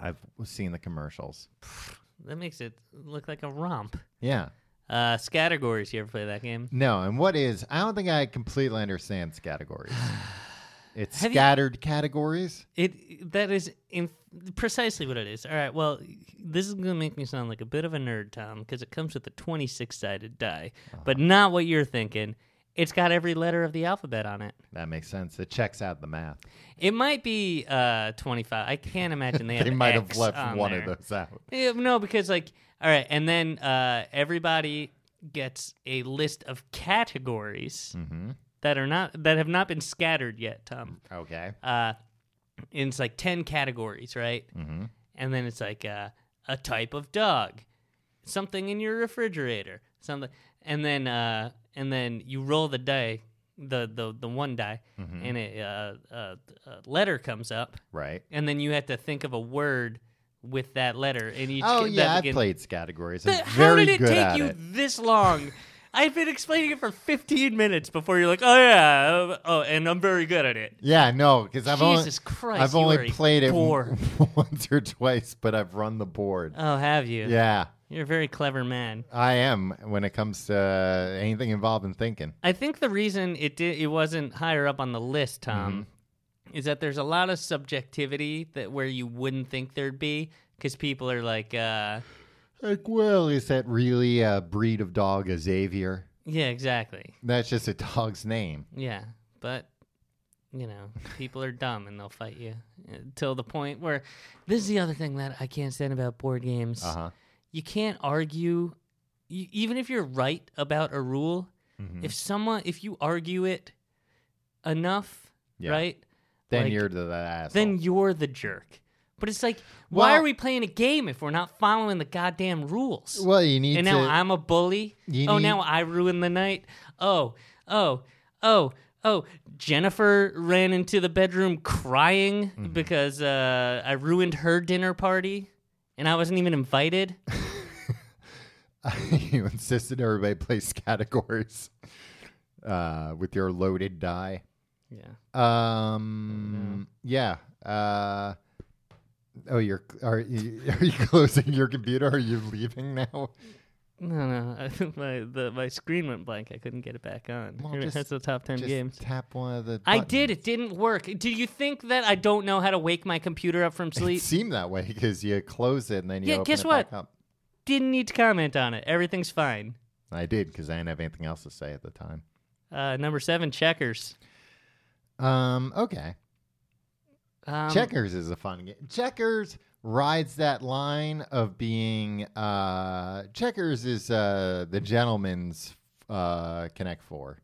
Speaker 3: I've seen the commercials.
Speaker 4: that makes it look like a romp
Speaker 3: Yeah.
Speaker 4: uh scattergories you ever play that game
Speaker 3: No, and what is? I don't think I completely understand
Speaker 4: [sighs]
Speaker 3: categories. It's
Speaker 4: Have you-
Speaker 3: scattered categories.
Speaker 4: It that is in, precisely what it is. All right, well, this is going to make me sound like a bit of a nerd, Tom, because it comes with a twenty-six-sided die,
Speaker 3: Uh-huh.
Speaker 4: but not what you're thinking. It's got every letter of the alphabet on it.
Speaker 3: That makes sense. It checks out the math.
Speaker 4: It might be uh, twenty-five. I can't imagine
Speaker 3: [laughs]
Speaker 4: they,
Speaker 3: They
Speaker 4: have
Speaker 3: might have
Speaker 4: X
Speaker 3: left
Speaker 4: on
Speaker 3: one
Speaker 4: there.
Speaker 3: of those out.
Speaker 4: Yeah, no, because like, all right, and then uh, everybody gets a list of categories
Speaker 3: Mm-hmm.
Speaker 4: that are not that have not been scattered yet, Tom.
Speaker 3: Okay.
Speaker 4: Uh, and it's like ten categories, right?
Speaker 3: Mm-hmm.
Speaker 4: and then it's like uh, a type of dog, something in your refrigerator, something, and then uh, and then you roll the die, the the the one die,
Speaker 3: Mm-hmm.
Speaker 4: and it, uh, uh, a letter comes up,
Speaker 3: Right.
Speaker 4: and then you have to think of a word with that letter, and each
Speaker 3: Oh
Speaker 4: that
Speaker 3: yeah, I've
Speaker 4: begins-
Speaker 3: played categories.
Speaker 4: Th-
Speaker 3: I'm
Speaker 4: How
Speaker 3: very
Speaker 4: did it
Speaker 3: good
Speaker 4: take
Speaker 3: at
Speaker 4: you
Speaker 3: it.
Speaker 4: this long? I've been explaining it for 15 minutes before you're like, oh yeah, uh, oh, and I'm very good at it.
Speaker 3: Yeah, no, because I've only
Speaker 4: Jesus Christ,
Speaker 3: I've
Speaker 4: you
Speaker 3: only
Speaker 4: are
Speaker 3: [laughs]
Speaker 4: a
Speaker 3: played it
Speaker 4: bore.
Speaker 3: once or twice, but I've run the board.
Speaker 4: Oh, have you?
Speaker 3: yeah,
Speaker 4: You're a very clever man.
Speaker 3: I am when it comes to uh, anything involving thinking.
Speaker 4: I think the reason it did it wasn't higher up on the list, Tom,
Speaker 3: Mm-hmm.
Speaker 4: is that there's a lot of subjectivity that where you wouldn't think there'd be because people are like, uh,
Speaker 3: Like, well, is that really a breed of dog, a Xavier?
Speaker 4: yeah, exactly,
Speaker 3: That's just a dog's name.
Speaker 4: yeah, but. You know, people are dumb and they'll fight you until the point where this is the other thing that I can't stand about board games.
Speaker 3: Uh huh.
Speaker 4: you can't argue you, even if you're right about a rule
Speaker 3: Mm-hmm.
Speaker 4: if someone if you argue it enough
Speaker 3: Yeah.
Speaker 4: right
Speaker 3: Then
Speaker 4: Like,
Speaker 3: you're the, the asshole.
Speaker 4: then you're the jerk but it's like why
Speaker 3: Well-
Speaker 4: are we playing a game if we're not following the goddamn rules
Speaker 3: [laughs] well, you need
Speaker 4: and
Speaker 3: to.
Speaker 4: now i'm a bully
Speaker 3: You
Speaker 4: oh
Speaker 3: need-
Speaker 4: now i ruined the night oh oh oh oh jennifer ran into the bedroom crying
Speaker 3: Mm-hmm.
Speaker 4: because uh, i ruined her dinner party and i wasn't even
Speaker 3: [laughs]
Speaker 4: invited
Speaker 3: you insisted everybody plays categories uh, with your loaded die.
Speaker 4: yeah
Speaker 3: Um. Yeah. Uh. Oh, you're are you, [laughs] are you closing your computer? Are you leaving
Speaker 4: [laughs]
Speaker 3: now?
Speaker 4: No, no, [laughs] I, think my the, my screen went blank. I couldn't get it back on.
Speaker 3: Well,
Speaker 4: Here,
Speaker 3: just-
Speaker 4: That's the top ten
Speaker 3: Just
Speaker 4: games.
Speaker 3: tap one of the.
Speaker 4: I
Speaker 3: buttons.
Speaker 4: did. It didn't work. Do you think that I don't know how to wake my computer up from
Speaker 3: It [laughs]
Speaker 4: sleep?
Speaker 3: seemed that way because you close it and then you
Speaker 4: Yeah,
Speaker 3: open
Speaker 4: guess
Speaker 3: it back
Speaker 4: what?
Speaker 3: up.
Speaker 4: Didn't need to comment on it. Everything's fine.
Speaker 3: I did because I didn't have anything else to say at the time.
Speaker 4: Uh, number seven, checkers.
Speaker 3: Um. Okay.
Speaker 4: Um,
Speaker 3: Checkers is a fun game. Checkers rides that line of being uh checkers is uh the gentleman's uh connect four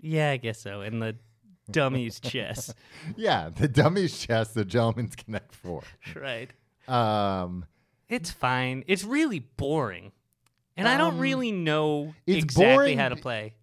Speaker 4: Yeah, I guess so. And the
Speaker 3: [laughs]
Speaker 4: dummy's chess.
Speaker 3: yeah the dummy's chess the gentleman's connect four
Speaker 4: Right.
Speaker 3: um
Speaker 4: It's fine. It's really boring, and I don't
Speaker 3: Um,
Speaker 4: really know
Speaker 3: it's
Speaker 4: exactly
Speaker 3: boring
Speaker 4: how to
Speaker 3: be-
Speaker 4: play.
Speaker 3: but-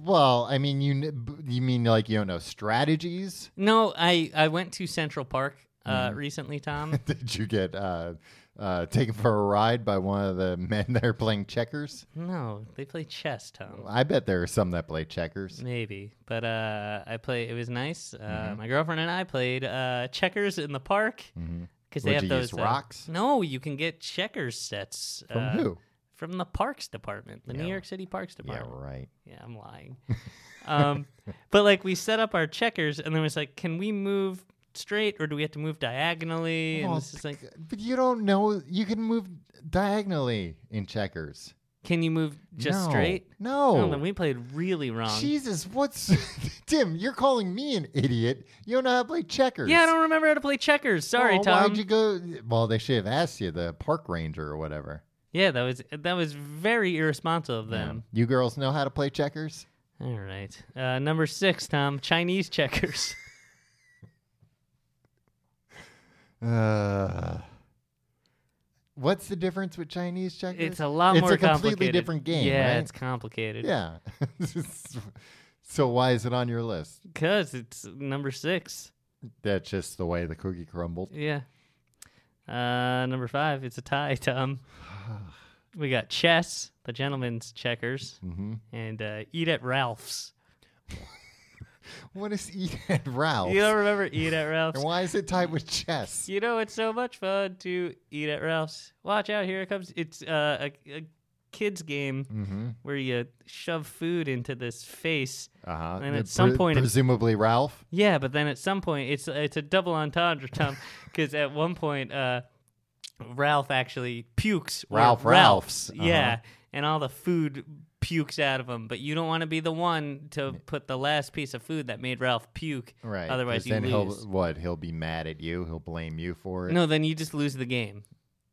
Speaker 3: well i mean you kn- b- you mean like you don't know strategies [laughs]
Speaker 4: No, I I went to Central Park uh,
Speaker 3: Mm.
Speaker 4: recently,
Speaker 3: [laughs]
Speaker 4: Tom.
Speaker 3: did you get uh uh taken for a ride by one of the [laughs] men that are playing checkers
Speaker 4: No, they play chess, Tom.
Speaker 3: i bet there are some that play checkers
Speaker 4: Maybe, but uh, I play. It was nice. Uh,
Speaker 3: Mm-hmm.
Speaker 4: My girlfriend and I played uh, checkers in the park because
Speaker 3: Mm-hmm.
Speaker 4: they
Speaker 3: Would
Speaker 4: have
Speaker 3: you
Speaker 4: those
Speaker 3: use
Speaker 4: uh,
Speaker 3: rocks?
Speaker 4: no, you can get checkers sets
Speaker 3: from
Speaker 4: uh,
Speaker 3: who
Speaker 4: From the Parks Department, the New York City Parks
Speaker 3: yeah
Speaker 4: Department.
Speaker 3: right
Speaker 4: Yeah, I'm
Speaker 3: [laughs]
Speaker 4: lying. um, but like we set up our checkers, and then it's like, can we move straight or do we have to move diagonally?
Speaker 3: Well,
Speaker 4: and this is like,
Speaker 3: But you don't know. You can move diagonally in checkers.
Speaker 4: can you move just
Speaker 3: No.
Speaker 4: straight? Oh,
Speaker 3: No.
Speaker 4: then we played really wrong.
Speaker 3: Jesus, what's [laughs] Tim? You're calling me an idiot. You don't know how to play checkers.
Speaker 4: yeah, I don't remember how to play checkers. Sorry,
Speaker 3: Oh,
Speaker 4: Tom.
Speaker 3: Why'd you go? Well, they should have asked you, the park ranger or whatever.
Speaker 4: Yeah, that was that was very irresponsible of them.
Speaker 3: You girls know how to play checkers?
Speaker 4: All right, uh, number six, Tom, Chinese checkers. [laughs]
Speaker 3: Uh, what's the difference with Chinese checkers?
Speaker 4: it's a lot
Speaker 3: It's
Speaker 4: more
Speaker 3: a completely
Speaker 4: complicated.
Speaker 3: different game.
Speaker 4: Yeah,
Speaker 3: right?
Speaker 4: it's complicated.
Speaker 3: yeah. [laughs] so why is it on your list?
Speaker 4: because it's number six.
Speaker 3: That's just the way the cookie crumbled.
Speaker 4: Yeah. Uh, number five, it's a
Speaker 3: [sighs]
Speaker 4: tie, [laughs] Tom. we got chess, the gentleman's checkers,
Speaker 3: hmm
Speaker 4: and uh, eat at Ralph's.
Speaker 3: What is [laughs] Eat at Ralph's?
Speaker 4: You don't remember
Speaker 3: [laughs]
Speaker 4: eat at Ralph's?
Speaker 3: And why is it tied with chess?
Speaker 4: [laughs] You know, it's so much fun to eat at Ralph's. Watch out, here it comes. It's uh, a, a kid's game
Speaker 3: Mm-hmm.
Speaker 4: where you shove food into this face.
Speaker 3: Uh-huh.
Speaker 4: And at some point it-
Speaker 3: presumably Ralph.
Speaker 4: Yeah, but then at some point, it's it's a double entendre, Tom, because at one point, uh, Ralph actually pukes. or
Speaker 3: Ralph Ralph's,
Speaker 4: Yeah,
Speaker 3: uh-huh.
Speaker 4: and all the food pukes out of him. But you don't want to be the one to put the last piece of food that made Ralph puke.
Speaker 3: Right. 'cause
Speaker 4: Otherwise, you
Speaker 3: then
Speaker 4: lose.
Speaker 3: he'll what? He'll be mad at you. He'll blame you for it.
Speaker 4: No, then you just lose the game.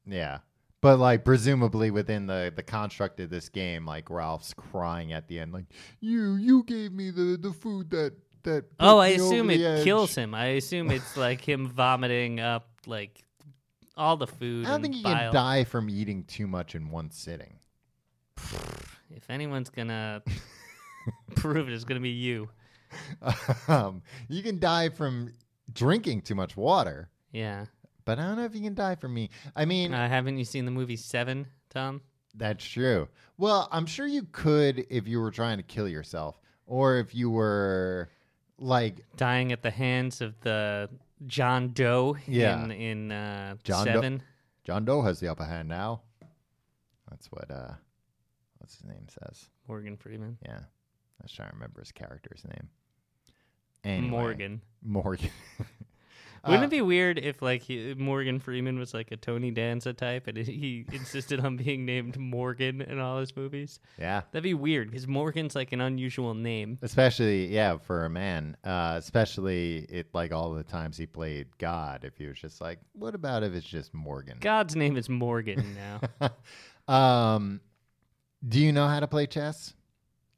Speaker 3: Yeah. But like presumably within the the construct of this game, like Ralph's crying at the end, like you you gave me the the food that that.
Speaker 4: Oh,
Speaker 3: put
Speaker 4: I
Speaker 3: me over
Speaker 4: assume
Speaker 3: the
Speaker 4: it
Speaker 3: edge."
Speaker 4: kills him. I assume it's like him vomiting up like all the food.
Speaker 3: I don't
Speaker 4: and
Speaker 3: think you
Speaker 4: bile.
Speaker 3: can die from eating too much in one sitting. [laughs]
Speaker 4: If anyone's gonna prove it, it's gonna be you.
Speaker 3: um, you can die from drinking too much water,
Speaker 4: Yeah.
Speaker 3: but I don't know if you can die from me. I mean,
Speaker 4: Uh, haven't you seen the movie Seven, Tom?
Speaker 3: That's true. Well, I'm sure you could if you were trying to kill yourself or if you were like
Speaker 4: Dying at the hands of the John Doe
Speaker 3: Yeah.
Speaker 4: in in uh,
Speaker 3: John Doe-
Speaker 4: Seven.
Speaker 3: John Doe has the upper hand now. That's what uh, what's his name says.
Speaker 4: Morgan Freeman.
Speaker 3: Yeah, I was trying to remember his character's name. Anyway, Uh,
Speaker 4: Morgan.
Speaker 3: Morgan.
Speaker 4: [laughs] Wouldn't it be weird if like he, Morgan Freeman was like a Tony Danza type and [laughs] he insisted on being named Morgan in all his movies?
Speaker 3: Uh, Yeah.
Speaker 4: That'd be weird because Morgan's like an unusual name.
Speaker 3: Especially, yeah, for a man. Uh, especially it like all the times he played God. If he was just like, what about if it's just Morgan?
Speaker 4: God's name is Morgan
Speaker 3: [laughs]
Speaker 4: now.
Speaker 3: um, do you know how to play chess?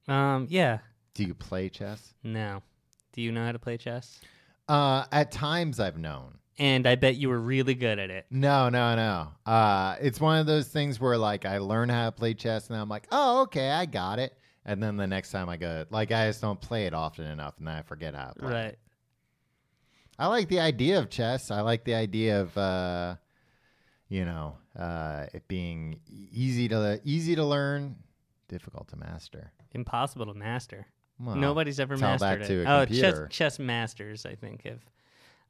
Speaker 4: um, yeah.
Speaker 3: Do you play chess?
Speaker 4: No. Do you know how to play chess?
Speaker 3: Uh, at times I've known.
Speaker 4: And I bet you were really good at it.
Speaker 3: No, no, no. Uh, it's one of those things where like I learn how to play chess and I'm like, oh, okay, I got it. And then the next time I go, like I just don't play it often enough, and then I forget how. To play. it.
Speaker 4: Right.
Speaker 3: I like the idea of chess. I like the idea of, uh, you know, uh, it being easy to easy to learn, difficult to master.
Speaker 4: Impossible to master.
Speaker 3: Well,
Speaker 4: Nobody's ever
Speaker 3: tell
Speaker 4: mastered
Speaker 3: that to
Speaker 4: it.
Speaker 3: a
Speaker 4: oh, chess,
Speaker 3: computer.
Speaker 4: chess masters, I think of.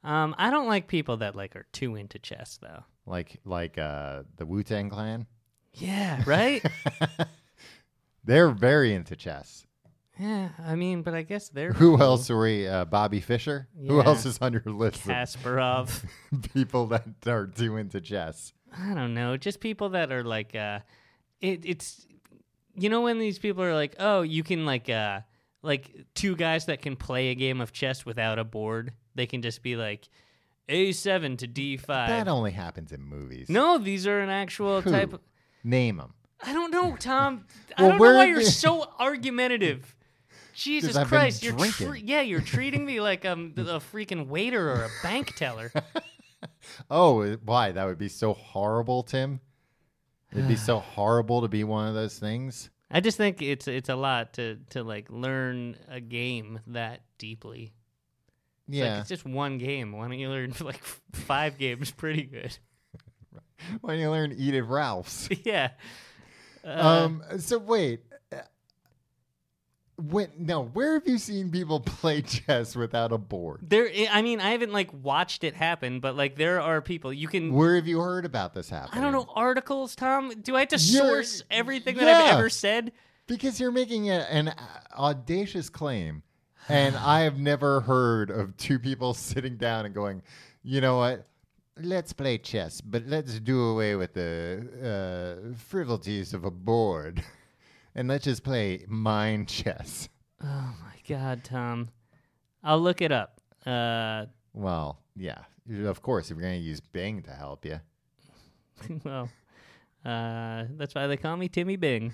Speaker 4: Um, I don't like people that like are too into chess though.
Speaker 3: like like uh, the Wu Tang Clan.
Speaker 4: Yeah, [laughs] right?
Speaker 3: [laughs] They're very into chess.
Speaker 4: yeah, I mean, but I guess they're
Speaker 3: Who
Speaker 4: cool. [laughs]
Speaker 3: else are we? Uh, Bobby Fischer. Who
Speaker 4: Yeah.
Speaker 3: else is on your list? of
Speaker 4: Kasparov.
Speaker 3: [laughs] people that are too into chess.
Speaker 4: I don't know, just people that are like uh it, it's you know when these people are like, "Oh, you can like uh like two guys that can play a game of chess without a board. They can just be like A7 to
Speaker 3: That
Speaker 4: D5."
Speaker 3: only happens in movies.
Speaker 4: No, these are an actual
Speaker 3: Who?
Speaker 4: type of
Speaker 3: Name them.
Speaker 4: I don't know, Tom. I
Speaker 3: Well,
Speaker 4: don't know why
Speaker 3: we're [laughs]
Speaker 4: you're
Speaker 3: the-
Speaker 4: so argumentative. Jesus
Speaker 3: I've been
Speaker 4: Christ, you're tre-
Speaker 3: drinking.
Speaker 4: yeah, you're treating me like I'm a freaking waiter or a
Speaker 3: [laughs]
Speaker 4: bank teller.
Speaker 3: Oh, why? That would be so horrible, Tim. It'd be
Speaker 4: [sighs]
Speaker 3: so horrible to be one of those things.
Speaker 4: I just think it's it's a lot to to like learn a game that deeply. It's like,
Speaker 3: Yeah.
Speaker 4: it's just one game. Why don't you learn [laughs] like f- five games pretty good? [laughs]
Speaker 3: Why don't you learn Edith Ralph's?
Speaker 4: yeah. Uh,
Speaker 3: um. So wait. uh, When no, where have you seen people [laughs] play chess without a board?
Speaker 4: there eh, I- I mean I haven't like watched it happen, but like there are people you can
Speaker 3: Where have you heard about this happening?
Speaker 4: Mm. I don't know articles, Tom. Do I have to
Speaker 3: You're-
Speaker 4: source everything that
Speaker 3: Yeah.
Speaker 4: I've ever said?
Speaker 3: Because you're making a, an uh, audacious claim, and I have never heard of two people [laughs] sitting down and going, you know what? Let's play chess, but let's do away with the uh, frivolities of a board, [laughs] and let's just play mind chess.
Speaker 4: Oh my God, Tom. I'll look it up. Uh, [laughs]
Speaker 3: Well, yeah, of course, if you're going to use Bing to help you. [laughs]
Speaker 4: well, uh, that's why they call me Timmy Bing.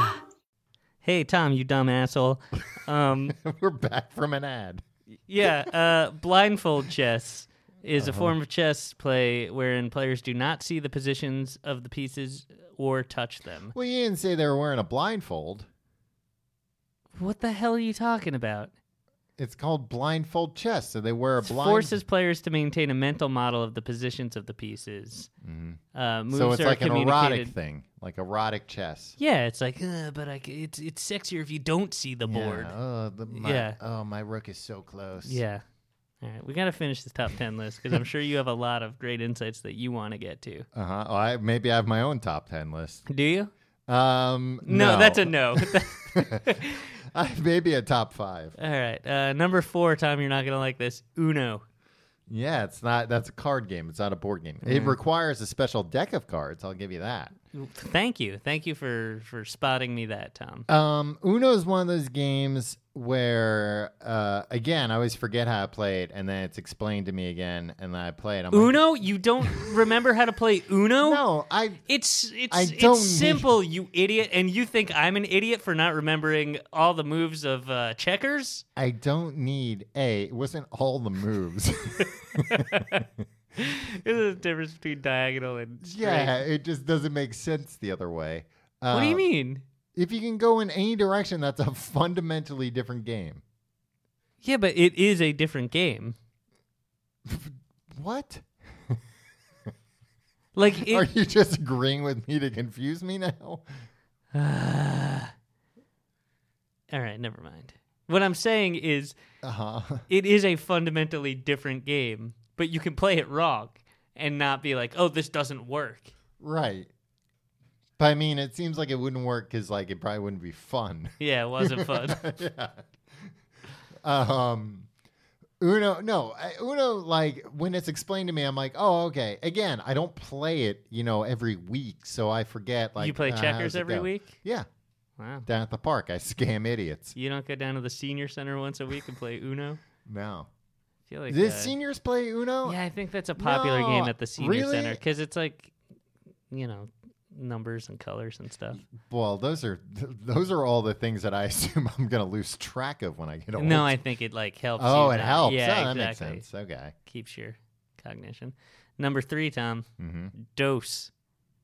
Speaker 4: Hey, Tom, you dumb asshole.
Speaker 3: [laughs]
Speaker 4: Um,
Speaker 3: We're back from an ad.
Speaker 4: yeah, uh, blindfold chess is
Speaker 3: Uh-huh.
Speaker 4: a form of chess play wherein players do not see the positions of the pieces or touch them.
Speaker 3: Well, you didn't say they were wearing a blindfold.
Speaker 4: What the hell are you talking about?
Speaker 3: It's called blindfold chess. So they wear a
Speaker 4: It
Speaker 3: blind.
Speaker 4: forces players to maintain a mental model of the positions of the pieces. Uh, moves
Speaker 3: Mm-hmm. so it's
Speaker 4: are
Speaker 3: like an erotic
Speaker 4: communicated-
Speaker 3: thing, like erotic chess.
Speaker 4: Yeah, it's like, uh, but I c it's it's sexier if you don't see the board.
Speaker 3: Yeah. Oh, the, my,
Speaker 4: Yeah.
Speaker 3: oh, my rook is so close.
Speaker 4: Yeah. All right, we got to finish this top 10 list because I'm sure you have a lot of great insights that you want to get to.
Speaker 3: Uh huh. Oh, I maybe I have my own top ten list.
Speaker 4: Do you?
Speaker 3: Um,
Speaker 4: No, that's a no.
Speaker 3: [laughs]
Speaker 4: [laughs]
Speaker 3: I- maybe a top five.
Speaker 4: All right. Uh, number four, Tom, you're not going to like this. Uno.
Speaker 3: Yeah, it's not. That's a card game. It's not a board game.
Speaker 4: Mm.
Speaker 3: It requires a special deck of cards. I'll give you that.
Speaker 4: Thank you. Thank you for, for spotting me that, Tom.
Speaker 3: Um, Uno is one of those games where, uh, again, I always forget how I play it, and then it's explained to me again, and then I play it. I'm like,
Speaker 4: Uno? You don't remember how to play Uno?
Speaker 3: No, I.
Speaker 4: It's it's
Speaker 3: I don't
Speaker 4: it's simple, you idiot, and you think I'm an idiot for not remembering all the moves of uh, checkers?
Speaker 3: I don't need a. It wasn't all the
Speaker 4: [laughs]
Speaker 3: moves. [laughs]
Speaker 4: There's a difference between diagonal and straight.
Speaker 3: yeah, it just doesn't make sense the other way. Uh,
Speaker 4: What do you mean?
Speaker 3: If you can go in any direction, that's a fundamentally different game.
Speaker 4: Yeah, but it is a different game.
Speaker 3: What? [laughs]
Speaker 4: Like it,
Speaker 3: Are you just agreeing with me to confuse me now? [laughs]
Speaker 4: all right, never mind. What I'm saying is,
Speaker 3: Uh [laughs] huh.
Speaker 4: it is a fundamentally different game, but you can play it wrong and not be like, oh, this doesn't work.
Speaker 3: Right. But I mean, it seems like it wouldn't work because, like, it probably wouldn't be fun. [laughs]
Speaker 4: Yeah, it wasn't fun.
Speaker 3: Um, Uno, no, I- Uno. Like when it's explained to me, I'm like, oh, okay. Again, I don't play it, you know, every week, so I forget. Like
Speaker 4: you play
Speaker 3: uh, how
Speaker 4: checkers
Speaker 3: does it
Speaker 4: every
Speaker 3: go?
Speaker 4: week?
Speaker 3: Yeah,
Speaker 4: Wow.
Speaker 3: down at the park, I [laughs] scam idiots.
Speaker 4: You don't go down to the senior center once a week and play Uno?
Speaker 3: No,
Speaker 4: I feel like
Speaker 3: did
Speaker 4: uh,
Speaker 3: seniors play Uno?
Speaker 4: Yeah, I think that's a popular
Speaker 3: No,
Speaker 4: game at the senior
Speaker 3: really?
Speaker 4: center because it's like, you know, numbers and colors and stuff.
Speaker 3: Well, those are [laughs] th- those are all the things that I [laughs] assume I'm gonna lose track of when I get old.
Speaker 4: No, I think it like helps.
Speaker 3: Oh,
Speaker 4: you
Speaker 3: it
Speaker 4: not-
Speaker 3: helps.
Speaker 4: Yeah,
Speaker 3: oh, that
Speaker 4: exactly.
Speaker 3: makes sense. Okay.
Speaker 4: Keeps your cognition. Number three, Tom,
Speaker 3: Mm-hmm.
Speaker 4: Dose.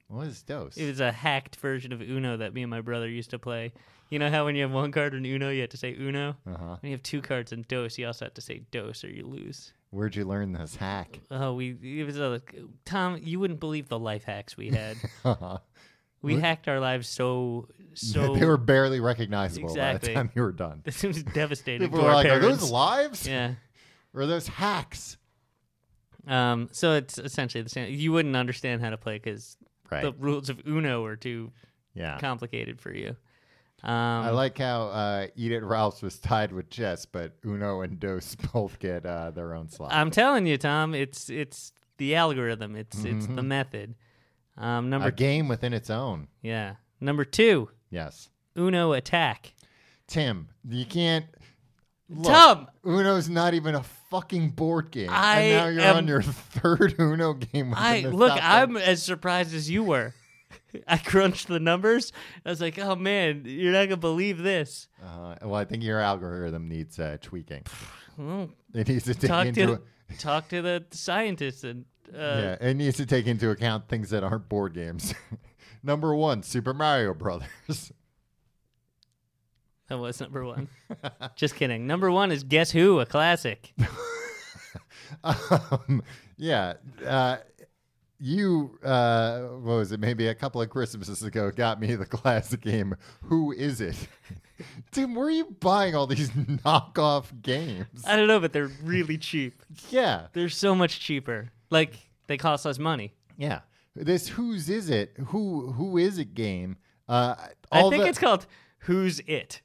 Speaker 3: What is dose?
Speaker 4: It was a hacked version of Uno that me and my brother used to play. You know how when you have one card in Uno, you have to say Uno.
Speaker 3: uh-huh.
Speaker 4: When you have two cards in Dose, you also have to say Dose or you lose.
Speaker 3: Where'd you learn this hack? [laughs]
Speaker 4: Oh, we it was a, Tom. You wouldn't believe the life hacks we had.
Speaker 3: [laughs]
Speaker 4: we hacked our lives so so.
Speaker 3: [laughs] they were barely recognizable by
Speaker 4: Exactly.
Speaker 3: the time you were done.
Speaker 4: [laughs] This was devastating
Speaker 3: People
Speaker 4: to
Speaker 3: were
Speaker 4: our
Speaker 3: like, "Are
Speaker 4: parents.
Speaker 3: those lives?
Speaker 4: yeah.
Speaker 3: Or are those hacks?"
Speaker 4: Um. So it's essentially the same. You wouldn't understand how to play because the rules of Uno are too
Speaker 3: yeah.
Speaker 4: complicated for you. Um,
Speaker 3: I like how uh, Eat It Ralph's was tied with chess, but Uno and Dos [laughs] both get uh, their own slot.
Speaker 4: I'm telling you, Tom. It's it's the algorithm. It's it's the
Speaker 3: Mm-hmm.
Speaker 4: method. Um. Number
Speaker 3: a game within its own.
Speaker 4: yeah. Number two.
Speaker 3: Yes.
Speaker 4: Uno attack.
Speaker 3: Tim, you can't. Look,
Speaker 4: Tom!
Speaker 3: Uno's not even a fucking board game,
Speaker 4: I
Speaker 3: and now you're
Speaker 4: am-
Speaker 3: on your [laughs] third Uno game. within
Speaker 4: I
Speaker 3: the
Speaker 4: look.
Speaker 3: top ten.
Speaker 4: I'm as surprised as you were. [laughs] I crunched the numbers. I was like, "Oh man, you're not gonna believe this."
Speaker 3: Uh, well, I think your algorithm needs uh, tweaking.
Speaker 4: [sighs] Well,
Speaker 3: It needs to take
Speaker 4: talk
Speaker 3: into
Speaker 4: to [laughs] talk to the scientists and uh,
Speaker 3: yeah, it needs to take into account things that aren't board games. [laughs] Number one, Super Mario Brothers. [laughs]
Speaker 4: that was number one. Just kidding. Number one is Guess Who, a classic.
Speaker 3: um, yeah, uh, you uh, what was it? Maybe a couple of Christmases ago, got me the classic game. Who is it? [laughs] Tim, where are you buying all these [laughs] knockoff games?
Speaker 4: I don't know, but they're really cheap.
Speaker 3: yeah,
Speaker 4: They're so much cheaper. Like they cost less money.
Speaker 3: yeah. This whose is it? Who who is it game? Uh,
Speaker 4: I
Speaker 3: all
Speaker 4: think
Speaker 3: the-
Speaker 4: it's called Who's It.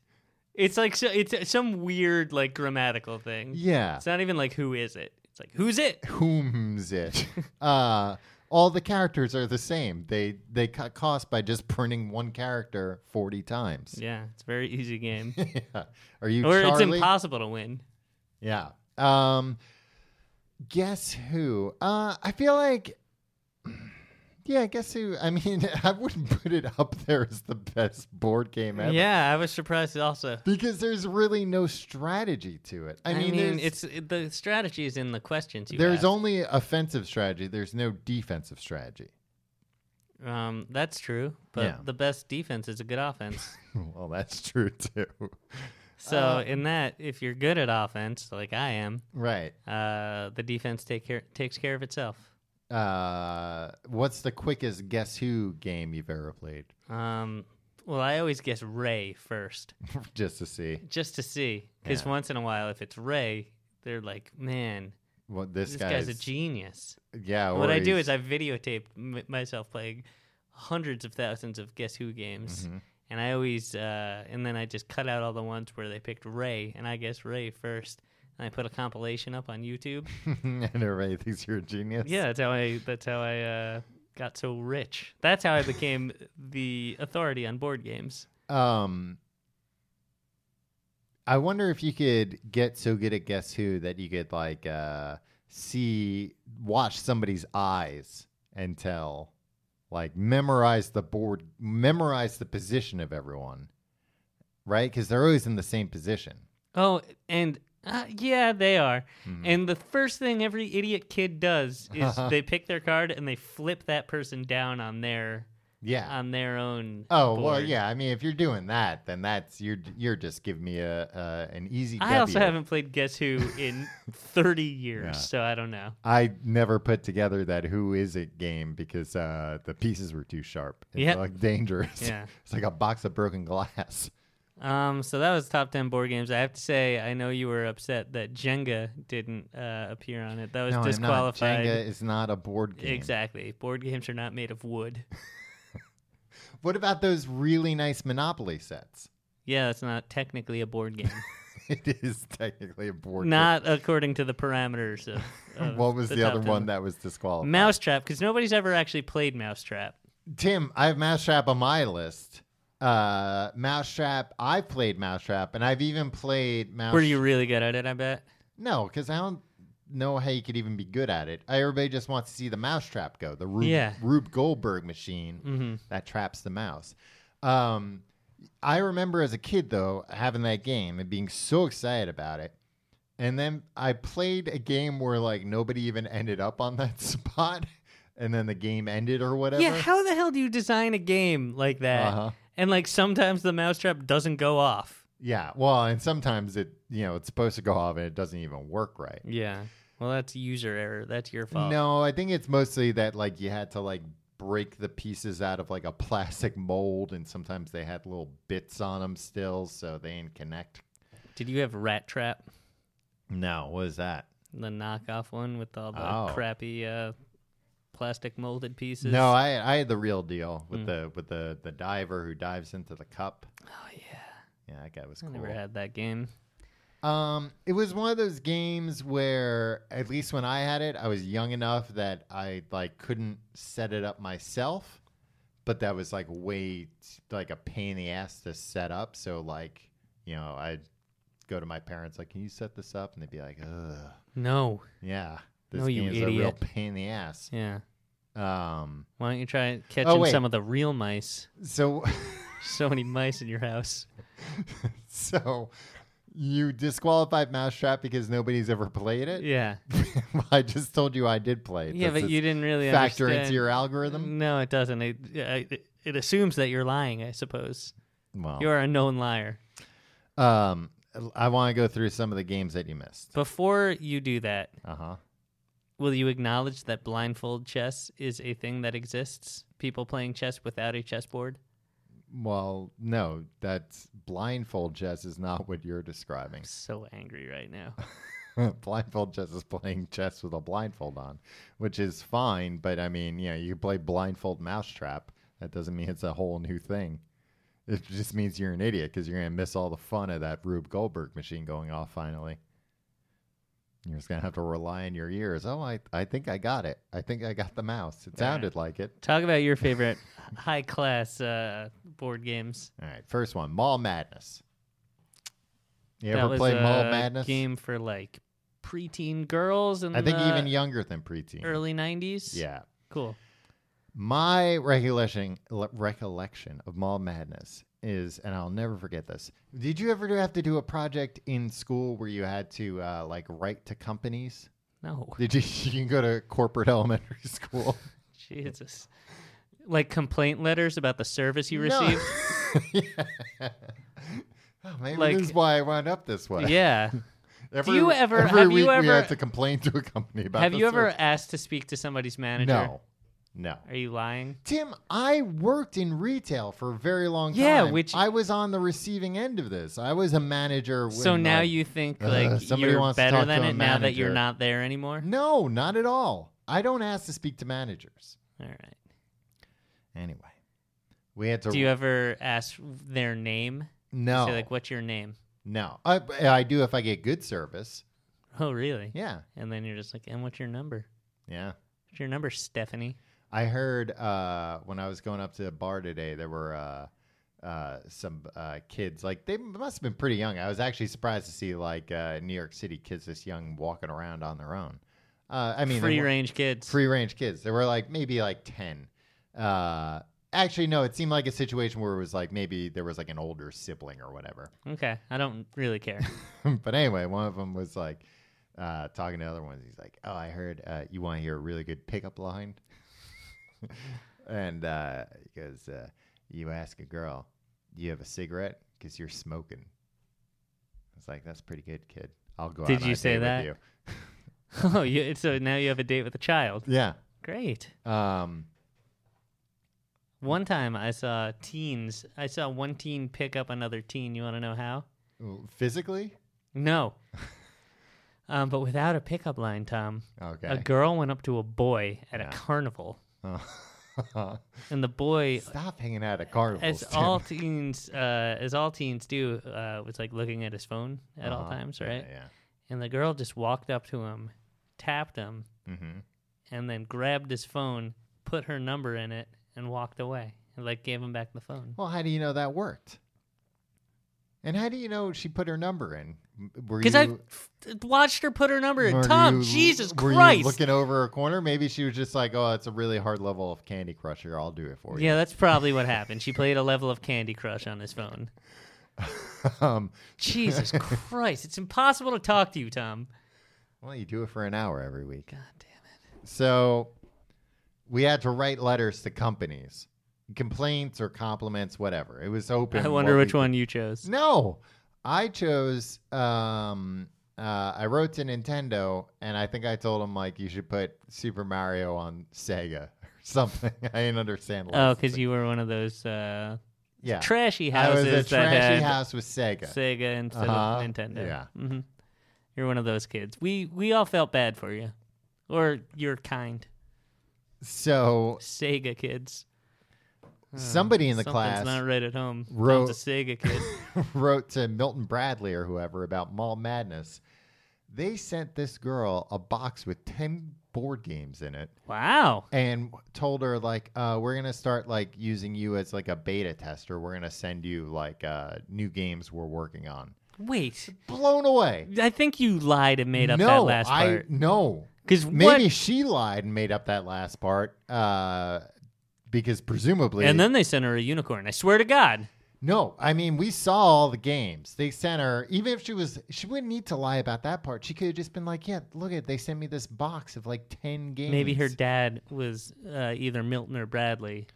Speaker 4: It's like so, it's some weird like grammatical thing.
Speaker 3: Yeah.
Speaker 4: It's not even like who is it. It's like who's it?
Speaker 3: whom's it? [laughs] uh, all the characters are the same. They they cut costs by just printing one character forty times.
Speaker 4: Yeah, it's a very easy game.
Speaker 3: [laughs] Yeah. Are [laughs] you
Speaker 4: or it's
Speaker 3: Charlie?
Speaker 4: impossible to win.
Speaker 3: Yeah. Um guess who? Uh I feel like yeah, guess who? I mean, [laughs] I wouldn't put it up there as the best board game ever.
Speaker 4: Yeah, I was surprised also.
Speaker 3: Because there's really no strategy to it. I,
Speaker 4: I mean,
Speaker 3: there's,
Speaker 4: it's it- the strategy is in the questions you
Speaker 3: there's
Speaker 4: ask.
Speaker 3: only offensive strategy. There's no defensive strategy. [laughs]
Speaker 4: um that's true, but
Speaker 3: Yeah.
Speaker 4: the best defense is a good offense.
Speaker 3: [laughs] well, that's true too.
Speaker 4: So
Speaker 3: Oh.
Speaker 4: in that, if you're good at offense like I am,
Speaker 3: Right.
Speaker 4: uh, the defense take care takes care of itself.
Speaker 3: Uh what's the quickest guess who game you've ever played? [laughs]
Speaker 4: Um, well, I always guess Ray first.
Speaker 3: just to see
Speaker 4: just to see. Because
Speaker 3: Yeah.
Speaker 4: once in a while, if it's Ray, they're like, man,
Speaker 3: what this,
Speaker 4: this, guy's, a
Speaker 3: guy's-
Speaker 4: genius.
Speaker 3: Yeah,
Speaker 4: what
Speaker 3: or
Speaker 4: I do
Speaker 3: he's-
Speaker 4: is I videotaped m- myself playing hundreds of thousands of Guess Who games. And I always, uh, and then I just cut out all the ones where they picked Ray, and I guess Ray first. And I put a compilation up on YouTube.
Speaker 3: [laughs] and everybody thinks you're a genius.
Speaker 4: yeah, that's how I, that's how I uh, got so rich. That's how I became the authority on board games.
Speaker 3: Um, I wonder if you could get so good at Guess Who that you could like uh see, watch somebody's eyes and tell, like memorize the board, memorize the position of everyone, right? Because they're always in the same position.
Speaker 4: Oh, and uh, yeah, they are. And the first thing every idiot kid does is they pick their card and they flip that person down on their
Speaker 3: Yeah.
Speaker 4: on their own.
Speaker 3: Oh well,
Speaker 4: board.
Speaker 3: yeah. I mean, if you're doing that, then that's you're you're just giving me a uh, an easy.
Speaker 4: I also
Speaker 3: W.
Speaker 4: haven't played Guess Who
Speaker 3: [laughs]
Speaker 4: in 30 years, so I don't know.
Speaker 3: I never put together that who is it game because uh, the pieces were too sharp. It's
Speaker 4: Yeah.
Speaker 3: like dangerous.
Speaker 4: Yeah.
Speaker 3: [laughs] it's like a box of broken glass.
Speaker 4: Um, so that was top 10 board games. I have to say, I know you were upset that Jenga didn't uh, appear on it. That was
Speaker 3: no,
Speaker 4: disqualified.
Speaker 3: I'm not. Jenga is not a board game.
Speaker 4: Exactly. Board games are not made
Speaker 3: [laughs]
Speaker 4: of wood.
Speaker 3: What about those really nice Monopoly sets? [laughs]
Speaker 4: Yeah, that's not technically a board game.
Speaker 3: It is technically a [laughs] board.
Speaker 4: Not according to the
Speaker 3: [laughs]
Speaker 4: parameters of.
Speaker 3: Game.
Speaker 4: of
Speaker 3: What was the,
Speaker 4: top
Speaker 3: other
Speaker 4: 10.
Speaker 3: one that was disqualified?
Speaker 4: Mousetrap, because nobody's ever actually played Mousetrap.
Speaker 3: Tim, I have Mousetrap on my list. Uh, Mousetrap. I've played Mousetrap, and I've even played Mouse.
Speaker 4: Were you really good at it? I bet.
Speaker 3: No, because I don't know how you could even be good at it. Everybody just wants to see the mousetrap go, the Rube,
Speaker 4: Yeah. Mm-hmm.
Speaker 3: Rube Goldberg machine that traps the mouse. Um, I remember as a kid, though, having that game and being so excited about it. And then I played a game where, like, nobody even [laughs] ended up on that spot. And then the game ended or whatever.
Speaker 4: Yeah. How the hell do you design a game like that?
Speaker 3: Uh-huh.
Speaker 4: And like sometimes the Mousetrap doesn't go off.
Speaker 3: Yeah, Well, and sometimes it, you know, it's supposed to go off and it doesn't even work right.
Speaker 4: Yeah. Well, that's user error. That's your fault.
Speaker 3: No, I think it's mostly that like you had to like break the pieces out of like a [laughs] plastic mold, and sometimes they had little bits on them still, so they didn't connect.
Speaker 4: Did you have Rat Trap,
Speaker 3: No, what is that?
Speaker 4: the knockoff one with all the
Speaker 3: Oh.
Speaker 4: crappy uh, plastic molded pieces?
Speaker 3: No, I I had the real deal
Speaker 4: Mm.
Speaker 3: with the with the the diver who dives into the cup. Oh yeah, yeah, that guy was
Speaker 4: I
Speaker 3: cool.
Speaker 4: never had that game.
Speaker 3: Um, it was one of those games where, at least when I had it, I was young enough that I like couldn't set it up myself, but that was like way like a pain in the ass to set up. So like, you know, I'd go to my parents like, "Can you set this up?" and they'd be like, "Ugh,
Speaker 4: No.
Speaker 3: yeah, this
Speaker 4: No, you
Speaker 3: game is a real
Speaker 4: idiot.
Speaker 3: pain in the ass."
Speaker 4: Yeah.
Speaker 3: Um,
Speaker 4: Why don't you try catching
Speaker 3: wait.
Speaker 4: some of the real mice?
Speaker 3: so [laughs]
Speaker 4: So many mice in your house.
Speaker 3: so you disqualified Mousetrap because nobody's ever played it.
Speaker 4: Yeah.
Speaker 3: [laughs] I just told you I did play it.
Speaker 4: Yeah,
Speaker 3: Does
Speaker 4: but
Speaker 3: it
Speaker 4: you didn't really
Speaker 3: factor into
Speaker 4: understand.
Speaker 3: your algorithm.
Speaker 4: No, it doesn't. It, it it assumes that you're lying. I suppose
Speaker 3: Well,
Speaker 4: you are a known liar.
Speaker 3: um, I want to go through some of the games that you missed.
Speaker 4: Before you do that,
Speaker 3: Uh huh.
Speaker 4: will you acknowledge that blindfold chess is a thing that exists? People playing chess without a chessboard.
Speaker 3: Well, no, that's blindfold chess is not what you're describing.
Speaker 4: I'm so angry right
Speaker 3: [laughs]
Speaker 4: now.
Speaker 3: blindfold chess is playing chess with a blindfold on, which is fine. But I mean, you know, you can play blindfold mousetrap. That doesn't mean it's a whole new thing. It just means you're an idiot because you're going to miss all the fun of that Rube Goldberg machine going off finally. You're just going to have to rely on your ears. Oh, I, I think I got it. I think I got the mouse. It sounded like it.
Speaker 4: Talk about your favorite high class uh, board games.
Speaker 3: All right, first one Mall Madness. You
Speaker 4: that
Speaker 3: ever
Speaker 4: was
Speaker 3: played
Speaker 4: a
Speaker 3: Mall Madness?
Speaker 4: game for like preteen girls and
Speaker 3: I think
Speaker 4: the
Speaker 3: even younger than preteen.
Speaker 4: early '90s.
Speaker 3: Yeah.
Speaker 4: cool.
Speaker 3: My recollection le- recollection of Mall Madness is, and I'll never forget this. Did you ever do- have to do a project in school where you had to uh, like write to companies?
Speaker 4: No, [laughs]
Speaker 3: Did you? [laughs] You can go to corporate [laughs] elementary school.
Speaker 4: Jesus. Like complaint letters about the service you
Speaker 3: No. [laughs]
Speaker 4: received.
Speaker 3: Oh, maybe
Speaker 4: Like-
Speaker 3: this is why I wound up this way.
Speaker 4: yeah.
Speaker 3: Every,
Speaker 4: you ever-
Speaker 3: Every
Speaker 4: have you
Speaker 3: week we
Speaker 4: ever-
Speaker 3: had to complain to a company [laughs] about.
Speaker 4: Have
Speaker 3: the
Speaker 4: you ever
Speaker 3: service.
Speaker 4: asked to speak to somebody's manager?
Speaker 3: No. No.
Speaker 4: Are you lying?
Speaker 3: Tim, I worked in retail for a very long time.
Speaker 4: Yeah, which-
Speaker 3: I was on the receiving end of this. I was a manager. When,
Speaker 4: So now
Speaker 3: like-
Speaker 4: you think
Speaker 3: uh,
Speaker 4: like
Speaker 3: somebody
Speaker 4: you're
Speaker 3: wants to
Speaker 4: better
Speaker 3: talk
Speaker 4: than
Speaker 3: to a
Speaker 4: it now that you're
Speaker 3: manager.
Speaker 4: not there anymore?
Speaker 3: No, not at all. I don't ask to speak to managers.
Speaker 4: All right.
Speaker 3: Anyway, we had to.
Speaker 4: Do you ever ask their name?
Speaker 3: no?
Speaker 4: Say like, what's your name? [laughs]
Speaker 3: No, I, I do if I get good service.
Speaker 4: Oh, really?
Speaker 3: Yeah,
Speaker 4: And then you're just like, and what's your number?
Speaker 3: yeah.
Speaker 4: What's your number, Stephanie?
Speaker 3: I heard uh, when I was going up to the bar today, there were uh, uh, some uh, kids. Like they must have been pretty young. I was actually surprised to see like uh, New York City kids this young walking around on their own. Uh, I mean, they
Speaker 4: free
Speaker 3: were-
Speaker 4: range kids.
Speaker 3: free range kids. There were like maybe like ten. Uh, actually, no. It seemed like a situation where it was like maybe there was like an older sibling or whatever.
Speaker 4: Okay, I don't really care. [laughs]
Speaker 3: [laughs] but anyway, one of them was like uh, talking to the other ones. He's like, "Oh, I heard uh, you want to hear a really good pickup line," [laughs] and uh, he goes, uh, "You ask a girl, do you have a cigarette? Because you're smoking." It's like that's pretty good, kid. I'll go.
Speaker 4: Did
Speaker 3: out on
Speaker 4: you
Speaker 3: a
Speaker 4: say
Speaker 3: date with
Speaker 4: that?
Speaker 3: you."
Speaker 4: oh, you, so now you have a date with a child.
Speaker 3: Yeah.
Speaker 4: Great.
Speaker 3: Um,
Speaker 4: One time I saw teens. I saw one teen pick up another teen. You want to know how?
Speaker 3: physically. [laughs]
Speaker 4: No. [laughs] um, but without a pickup line, Tom.
Speaker 3: Okay.
Speaker 4: A girl went up to a boy at
Speaker 3: Yeah.
Speaker 4: a carnival,
Speaker 3: Oh.
Speaker 4: and the boy,
Speaker 3: Stop hanging out at carnivals.
Speaker 4: as
Speaker 3: Tim.
Speaker 4: all teens, uh, as all teens do, uh, was like looking at his phone [laughs] at all
Speaker 3: Uh-huh.
Speaker 4: times,
Speaker 3: Yeah,
Speaker 4: right?
Speaker 3: Yeah.
Speaker 4: And the girl just walked up to him, tapped him,
Speaker 3: hmm
Speaker 4: and then grabbed his phone, put her number in it, and walked away, and like gave him back the phone.
Speaker 3: Well, how do you know that worked? And how do you know she put her number in? M- Were
Speaker 4: Because I
Speaker 3: you-
Speaker 4: f- watched her put her number in.
Speaker 3: were
Speaker 4: Tom,
Speaker 3: you-
Speaker 4: Jesus
Speaker 3: were you
Speaker 4: Christ.
Speaker 3: looking over a corner? Maybe she was just like, "Oh, it's a really hard level of Candy Crush here. I'll do it for
Speaker 4: Yeah, that's probably what happened. She played a level of Candy Crush on his phone.
Speaker 3: you." [laughs] um,
Speaker 4: Jesus Christ. It's impossible to talk to you, Tom.
Speaker 3: well, you do it for an hour every week.
Speaker 4: God damn
Speaker 3: So we had to write letters to companies, complaints or compliments, whatever. It was open.
Speaker 4: it. I wonder
Speaker 3: what
Speaker 4: which
Speaker 3: we-
Speaker 4: one you chose.
Speaker 3: No, I chose. Um, uh, I wrote to Nintendo, and I think I told him like you should put Super Mario on Sega [laughs] or something. I didn't understand.
Speaker 4: Oh, because you were one of those uh,
Speaker 3: yeah,
Speaker 4: trashy
Speaker 3: I was
Speaker 4: houses
Speaker 3: a
Speaker 4: that had
Speaker 3: trashy house with Sega.
Speaker 4: Sega instead
Speaker 3: Uh-huh,
Speaker 4: of Nintendo.
Speaker 3: yeah.
Speaker 4: hmm You're one of those kids. We we all felt bad for you, or you're kind.
Speaker 3: So
Speaker 4: Sega kids.
Speaker 3: somebody in the
Speaker 4: Hmm. Something's
Speaker 3: class [laughs]
Speaker 4: not right at home.
Speaker 3: wrote-
Speaker 4: Tom's a Sega kid.
Speaker 3: wrote to Milton Bradley or whoever about Mall Madness. They sent this girl a box with ten board games in it.
Speaker 4: wow.
Speaker 3: and told her like uh, we're gonna start like using you as like a beta tester we're gonna send you like uh, new games we're working on
Speaker 4: Wait,
Speaker 3: blown away
Speaker 4: I think you lied and made up
Speaker 3: no
Speaker 4: that last
Speaker 3: i
Speaker 4: part.
Speaker 3: no
Speaker 4: Because
Speaker 3: maybe
Speaker 4: what?
Speaker 3: she lied and made up that last part uh, because presumably
Speaker 4: And then they sent her a unicorn. I swear to God.
Speaker 3: no i mean we saw all the games they sent her even if she was she wouldn't need to lie about that part she could have just been like yeah look at they sent me this box of like 10 games
Speaker 4: Maybe her dad was uh, either Milton or Bradley,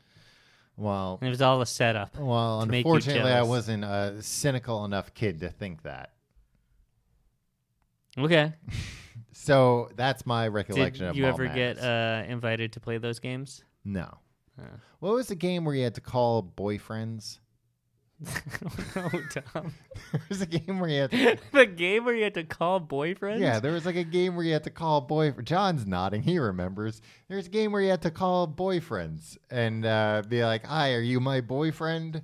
Speaker 3: well
Speaker 4: and it was all a setup.
Speaker 3: Well,
Speaker 4: to make you
Speaker 3: unfortunately, I
Speaker 4: jealous.
Speaker 3: wasn't a cynical enough kid to think that.
Speaker 4: Okay.
Speaker 3: So that's my
Speaker 4: Did
Speaker 3: recollection of
Speaker 4: you
Speaker 3: Mall
Speaker 4: ever get
Speaker 3: Madness.
Speaker 4: uh, invited to play those games? [laughs]
Speaker 3: no. What was the game where you had to call boyfriends? [laughs]
Speaker 4: no, Tom.
Speaker 3: there was a game where you had
Speaker 4: [laughs]
Speaker 3: to.
Speaker 4: Oh, the game where you had to call boyfriends?
Speaker 3: Yeah, there was like a game where you had to call boyfriend. John's nodding; he remembers. There's a game where you had to call boyfriends and uh, be like, "Hi, are you my boyfriend?"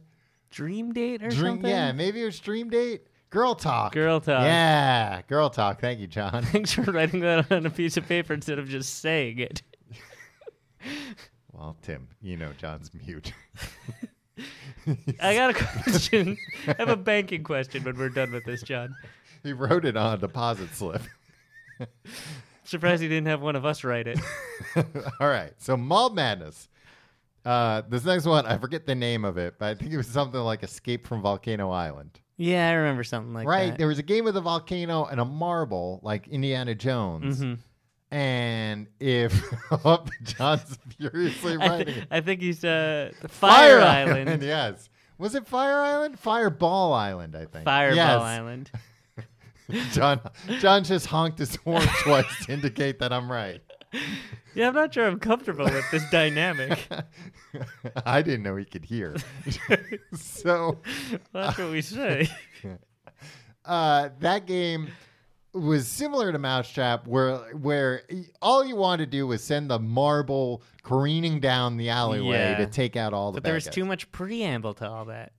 Speaker 4: Dream Date or
Speaker 3: Dream,
Speaker 4: something?
Speaker 3: yeah, maybe it was Dream Date. Girl Talk.
Speaker 4: Girl Talk.
Speaker 3: Yeah, Girl Talk. Thank you, John. [laughs]
Speaker 4: Thanks for writing that on a piece of paper instead of just saying [laughs] it.
Speaker 3: well, Tim, you know John's mute. [laughs]
Speaker 4: I got a question. I have a banking question when we're done with this, John.
Speaker 3: he wrote it on a deposit [laughs] slip.
Speaker 4: Surprised you didn't have one of us write it.
Speaker 3: All right. So Mob Madness. Uh, this next one, I forget the name of it, but I think it was something like Escape from Volcano Island.
Speaker 4: Yeah, I remember something like
Speaker 3: right.
Speaker 4: that.
Speaker 3: There was a game with a volcano and a marble, like Indiana Jones.
Speaker 4: Mm-hmm.
Speaker 3: And if [laughs] oh, John's furiously
Speaker 4: I,
Speaker 3: writing
Speaker 4: th-
Speaker 3: it.
Speaker 4: I think he's uh, Fire, Island.
Speaker 3: yes. Was it Fire Island? Fireball Island, I think.
Speaker 4: Fireball
Speaker 3: Yes.
Speaker 4: Island.
Speaker 3: John, John just honked his horn [laughs] twice to indicate that I'm right.
Speaker 4: Yeah, I'm not sure I'm comfortable with this dynamic.
Speaker 3: [laughs] I didn't know he could hear. [laughs] so
Speaker 4: That's
Speaker 3: [laughs]
Speaker 4: what we say.
Speaker 3: uh, that game was similar to Mousetrap, where where all you wanted to do was send the marble careening down the alleyway
Speaker 4: Yeah.
Speaker 3: to take out all the.
Speaker 4: But there
Speaker 3: bad
Speaker 4: was
Speaker 3: guys.
Speaker 4: too much preamble to all that.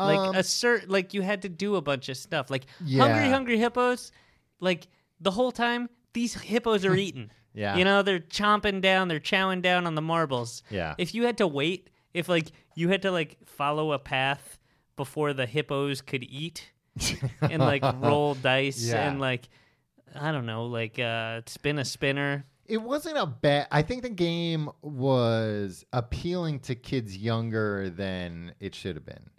Speaker 4: Like
Speaker 3: Um,
Speaker 4: assert, like you had to do a bunch of stuff. Like
Speaker 3: Yeah.
Speaker 4: hungry, hungry hippos. Like the whole time, these hippos are eating.
Speaker 3: [laughs] Yeah.
Speaker 4: you know they're chomping down, they're chowing down on the marbles.
Speaker 3: Yeah.
Speaker 4: If you had to wait, if like you had to like follow a path before the hippos could
Speaker 3: [laughs]
Speaker 4: eat, and like roll dice
Speaker 3: Yeah.
Speaker 4: and like I don't know, like uh spin a spinner.
Speaker 3: It wasn't a bad. I think the game was appealing to kids younger than it should have been.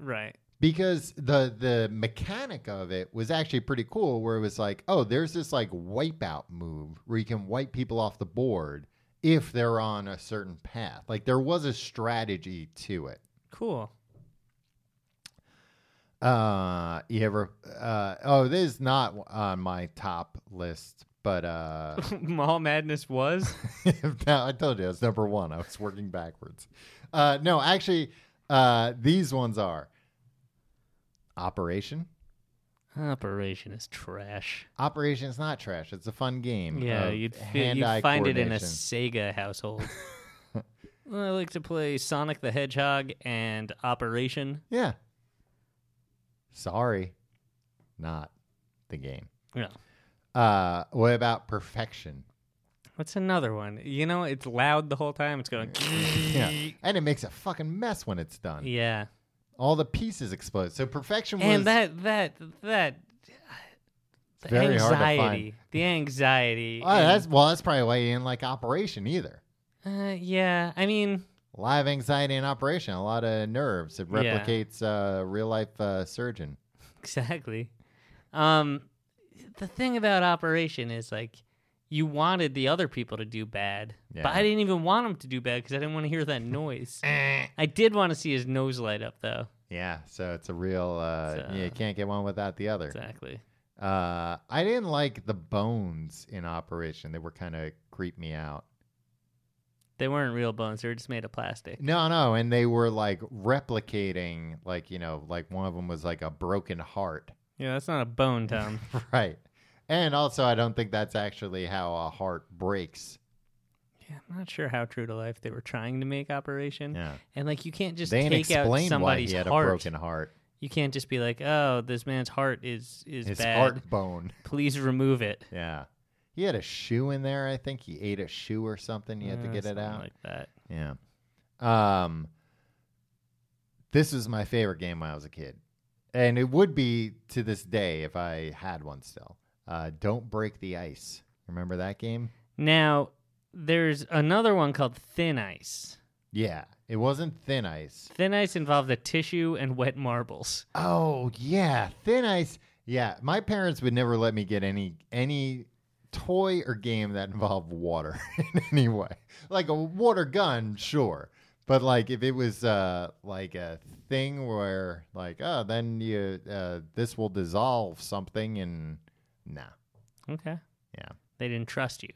Speaker 4: Right.
Speaker 3: because the the mechanic of it was actually pretty cool where it was like oh there's this like wipeout move where you can wipe people off the board if they're on a certain path like there was a strategy to it
Speaker 4: Cool.
Speaker 3: uh you ever uh oh this is not on my top list but uh
Speaker 4: [laughs]
Speaker 3: [laughs]
Speaker 4: Mall Madness was.
Speaker 3: no, I told you it's number one. I was working backwards. Uh, no, actually, uh, these ones are Operation.
Speaker 4: Operation is trash.
Speaker 3: Operation is not trash. It's a fun game.
Speaker 4: Yeah,
Speaker 3: of
Speaker 4: you'd, fi-
Speaker 3: hand-eye
Speaker 4: you'd find it in a
Speaker 3: coordination. [laughs]
Speaker 4: Sega household. I like to play Sonic the Hedgehog and Operation.
Speaker 3: Yeah. Sorry, not the game.
Speaker 4: No.
Speaker 3: Uh, what about Perfection?
Speaker 4: What's another one? You know, it's loud the whole time.
Speaker 3: [laughs]
Speaker 4: It's going.
Speaker 3: Yeah, and it makes a fucking mess when it's done.
Speaker 4: yeah,
Speaker 3: All the pieces explode. So Perfection was
Speaker 4: and that that that the
Speaker 3: Very hard to
Speaker 4: anxiety,
Speaker 3: find.
Speaker 4: the anxiety.
Speaker 3: Oh, that's well. That's probably why you didn't like Operation either.
Speaker 4: and- uh, yeah. I mean,
Speaker 3: Live anxiety and operation, a lot of nerves. It
Speaker 4: Yeah.
Speaker 3: replicates uh, real life uh, surgeon.
Speaker 4: Exactly. Um, the thing about Operation is like you wanted the other people to do bad,
Speaker 3: Yeah.
Speaker 4: but I didn't even want him to do bad because I didn't want to
Speaker 3: [laughs]
Speaker 4: hear that noise.
Speaker 3: Eh.
Speaker 4: I did want to see his nose light up though.
Speaker 3: Yeah, so it's a real. Uh,
Speaker 4: It's, uh,
Speaker 3: you can't get one without the other.
Speaker 4: Exactly.
Speaker 3: Uh, I didn't like the bones in Operation. They were kind of creep me out.
Speaker 4: They weren't real bones; they were just made of plastic.
Speaker 3: No, no, and they were like replicating, like you know, like one of them was like a broken heart, [laughs]
Speaker 4: Yeah, that's not a bone, Tom.
Speaker 3: right? And also, I don't think that's actually how a heart breaks.
Speaker 4: yeah, I'm not sure how true to life they were trying to make Operation.
Speaker 3: Yeah,
Speaker 4: And like, you can't just
Speaker 3: they ain't
Speaker 4: take out
Speaker 3: explain why
Speaker 4: somebody's
Speaker 3: he had
Speaker 4: heart.
Speaker 3: a broken heart.
Speaker 4: You can't just be like, "Oh, this man's heart is is
Speaker 3: His
Speaker 4: bad.
Speaker 3: heart
Speaker 4: [laughs]
Speaker 3: bone.
Speaker 4: Please remove it."
Speaker 3: Yeah. He had a shoe in there, I think. He ate a shoe or something. He had to
Speaker 4: Uh,
Speaker 3: get it
Speaker 4: something
Speaker 3: out.
Speaker 4: like that.
Speaker 3: yeah. Um This was my favorite game when I was a kid. And it would be to this day if I had one still. Uh Don't Break the Ice. Remember that game?
Speaker 4: Now, there's another one called Thin Ice.
Speaker 3: Yeah. It wasn't Thin Ice.
Speaker 4: Thin Ice involved a tissue and wet marbles.
Speaker 3: Oh, yeah. Thin Ice. Yeah, my parents would never let me get any any toy or game that involved water [laughs] in any way. Like a water gun, sure. But like if it was uh like a thing where like oh then you uh this will dissolve something and nah.
Speaker 4: Okay.
Speaker 3: Yeah.
Speaker 4: They didn't trust you.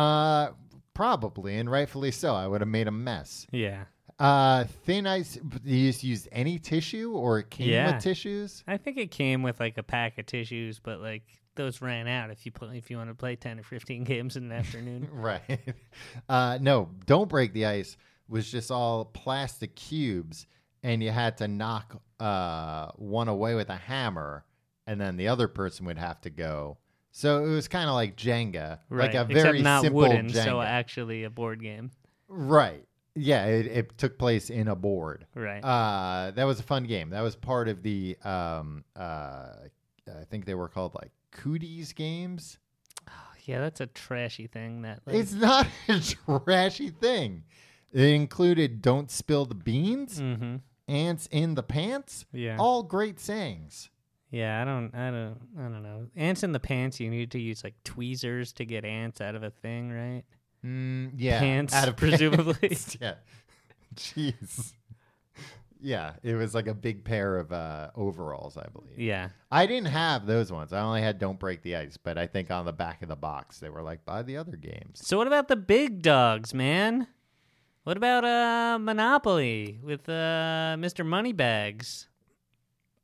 Speaker 3: Uh probably and rightfully so. I would have made a mess.
Speaker 4: Yeah.
Speaker 3: Uh thin ice you just used any tissue or it came
Speaker 4: Yeah.
Speaker 3: with tissues?
Speaker 4: I think it came with like a pack of tissues, but like those ran out if you play, if you want to play 10 or 15 [laughs] games in an afternoon.
Speaker 3: Right. Uh, no, Don't Break the Ice was just all plastic cubes. and you had to knock uh, one away with a hammer, and then the other person would have to go. So it was kind of like Jenga, like
Speaker 4: [laughs] Right.
Speaker 3: a very
Speaker 4: Except not
Speaker 3: simple
Speaker 4: wooden,
Speaker 3: Jenga.
Speaker 4: so actually a board game.
Speaker 3: right? Yeah, it, it took place in a board.
Speaker 4: Right.
Speaker 3: Uh, that was a fun game. That was part of the um, uh, I think they were called like cooties games.
Speaker 4: yeah, that's a trashy thing. That like,
Speaker 3: It's not [laughs] a trashy thing. It included "Don't spill the beans,"
Speaker 4: hmm
Speaker 3: "Ants in the pants,"
Speaker 4: Yeah.
Speaker 3: all great sayings.
Speaker 4: Yeah, I don't, I don't, I don't know. Ants in the pants. You need to use like tweezers to get ants out of a thing, right?
Speaker 3: Mm, yeah,
Speaker 4: Pants,
Speaker 3: out of [laughs]
Speaker 4: presumably.
Speaker 3: pants. yeah, jeez. Yeah, it was like a big pair of uh, overalls, I believe.
Speaker 4: Yeah.
Speaker 3: I didn't have those ones. I only had "Don't Break the Ice," but I think on the back of the box they were like, "Buy the other games."
Speaker 4: So what about the big dogs, man? What about uh Monopoly with uh Mr. Moneybags?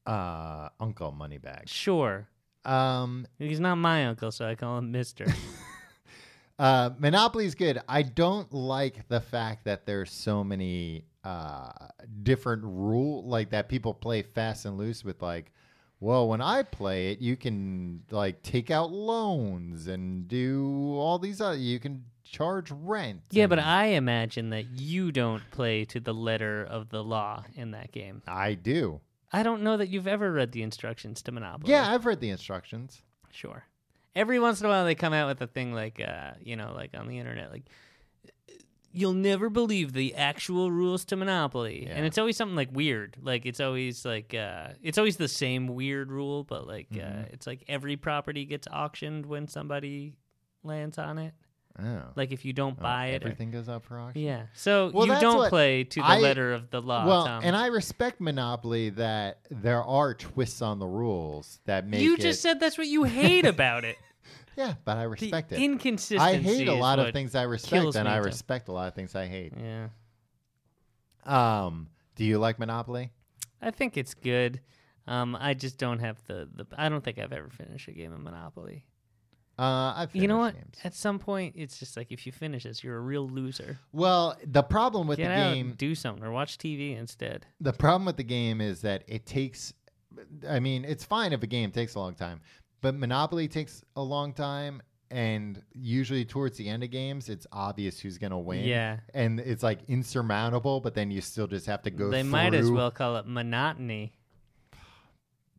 Speaker 3: Uh, Uncle Moneybag.
Speaker 4: Sure.
Speaker 3: Um,
Speaker 4: He's not my uncle, so I call him Mr.
Speaker 3: Uh, Monopoly's good. I don't like the fact that there's so many uh, different rule like that people play fast and loose with like, well, when I play it, you can like take out loans and do all these other you can charge rent.
Speaker 4: yeah, but
Speaker 3: and-
Speaker 4: I imagine that you don't play to the letter of the law in that game.
Speaker 3: I do.
Speaker 4: I don't know that you've ever read the instructions to Monopoly.
Speaker 3: Yeah, I've read the instructions.
Speaker 4: Sure. Every once in a while, they come out with a thing like, uh, you know, like on the internet, like, you'll never believe the actual rules to Monopoly.
Speaker 3: Yeah.
Speaker 4: And it's always something like weird. Like, it's always like, uh, it's always the same weird rule, but like, uh,
Speaker 3: Mm-hmm.
Speaker 4: it's like every property gets auctioned when somebody lands on it.
Speaker 3: Oh,
Speaker 4: Like, if you don't
Speaker 3: Oh,
Speaker 4: buy it. or-
Speaker 3: everything goes up for auction.
Speaker 4: yeah. So
Speaker 3: Well,
Speaker 4: you
Speaker 3: that's
Speaker 4: don't
Speaker 3: what
Speaker 4: play to the
Speaker 3: I-
Speaker 4: letter of the law,
Speaker 3: well,
Speaker 4: Tom.
Speaker 3: and I respect Monopoly that there are twists on the rules that make
Speaker 4: you
Speaker 3: it-
Speaker 4: just said that's what you hate
Speaker 3: [laughs]
Speaker 4: about it.
Speaker 3: yeah, but I
Speaker 4: The
Speaker 3: respect it.
Speaker 4: inconsistency.
Speaker 3: I hate a
Speaker 4: is
Speaker 3: lot of
Speaker 4: what-
Speaker 3: things I
Speaker 4: kills
Speaker 3: respect, and
Speaker 4: me,
Speaker 3: I
Speaker 4: Tom.
Speaker 3: respect a lot of things I hate.
Speaker 4: Yeah. Mm.
Speaker 3: Um, do you like Monopoly?
Speaker 4: I think it's good. Um, I just don't have the, the I don't think I've ever finished a game of Monopoly.
Speaker 3: Uh, I've
Speaker 4: you know what?
Speaker 3: finished games.
Speaker 4: At some point, it's just like if you finish this, you're a real loser.
Speaker 3: Well, the problem with
Speaker 4: Get
Speaker 3: the
Speaker 4: out,
Speaker 3: game,
Speaker 4: do something, or watch TV instead.
Speaker 3: the problem with the game is that it takes. I mean, it's fine if a game takes a long time, but Monopoly takes a long time, and usually towards the end of games, it's obvious who's gonna win.
Speaker 4: Yeah.
Speaker 3: and it's like insurmountable, but then you still just have to go.
Speaker 4: they might as
Speaker 3: through-
Speaker 4: well call it monotony.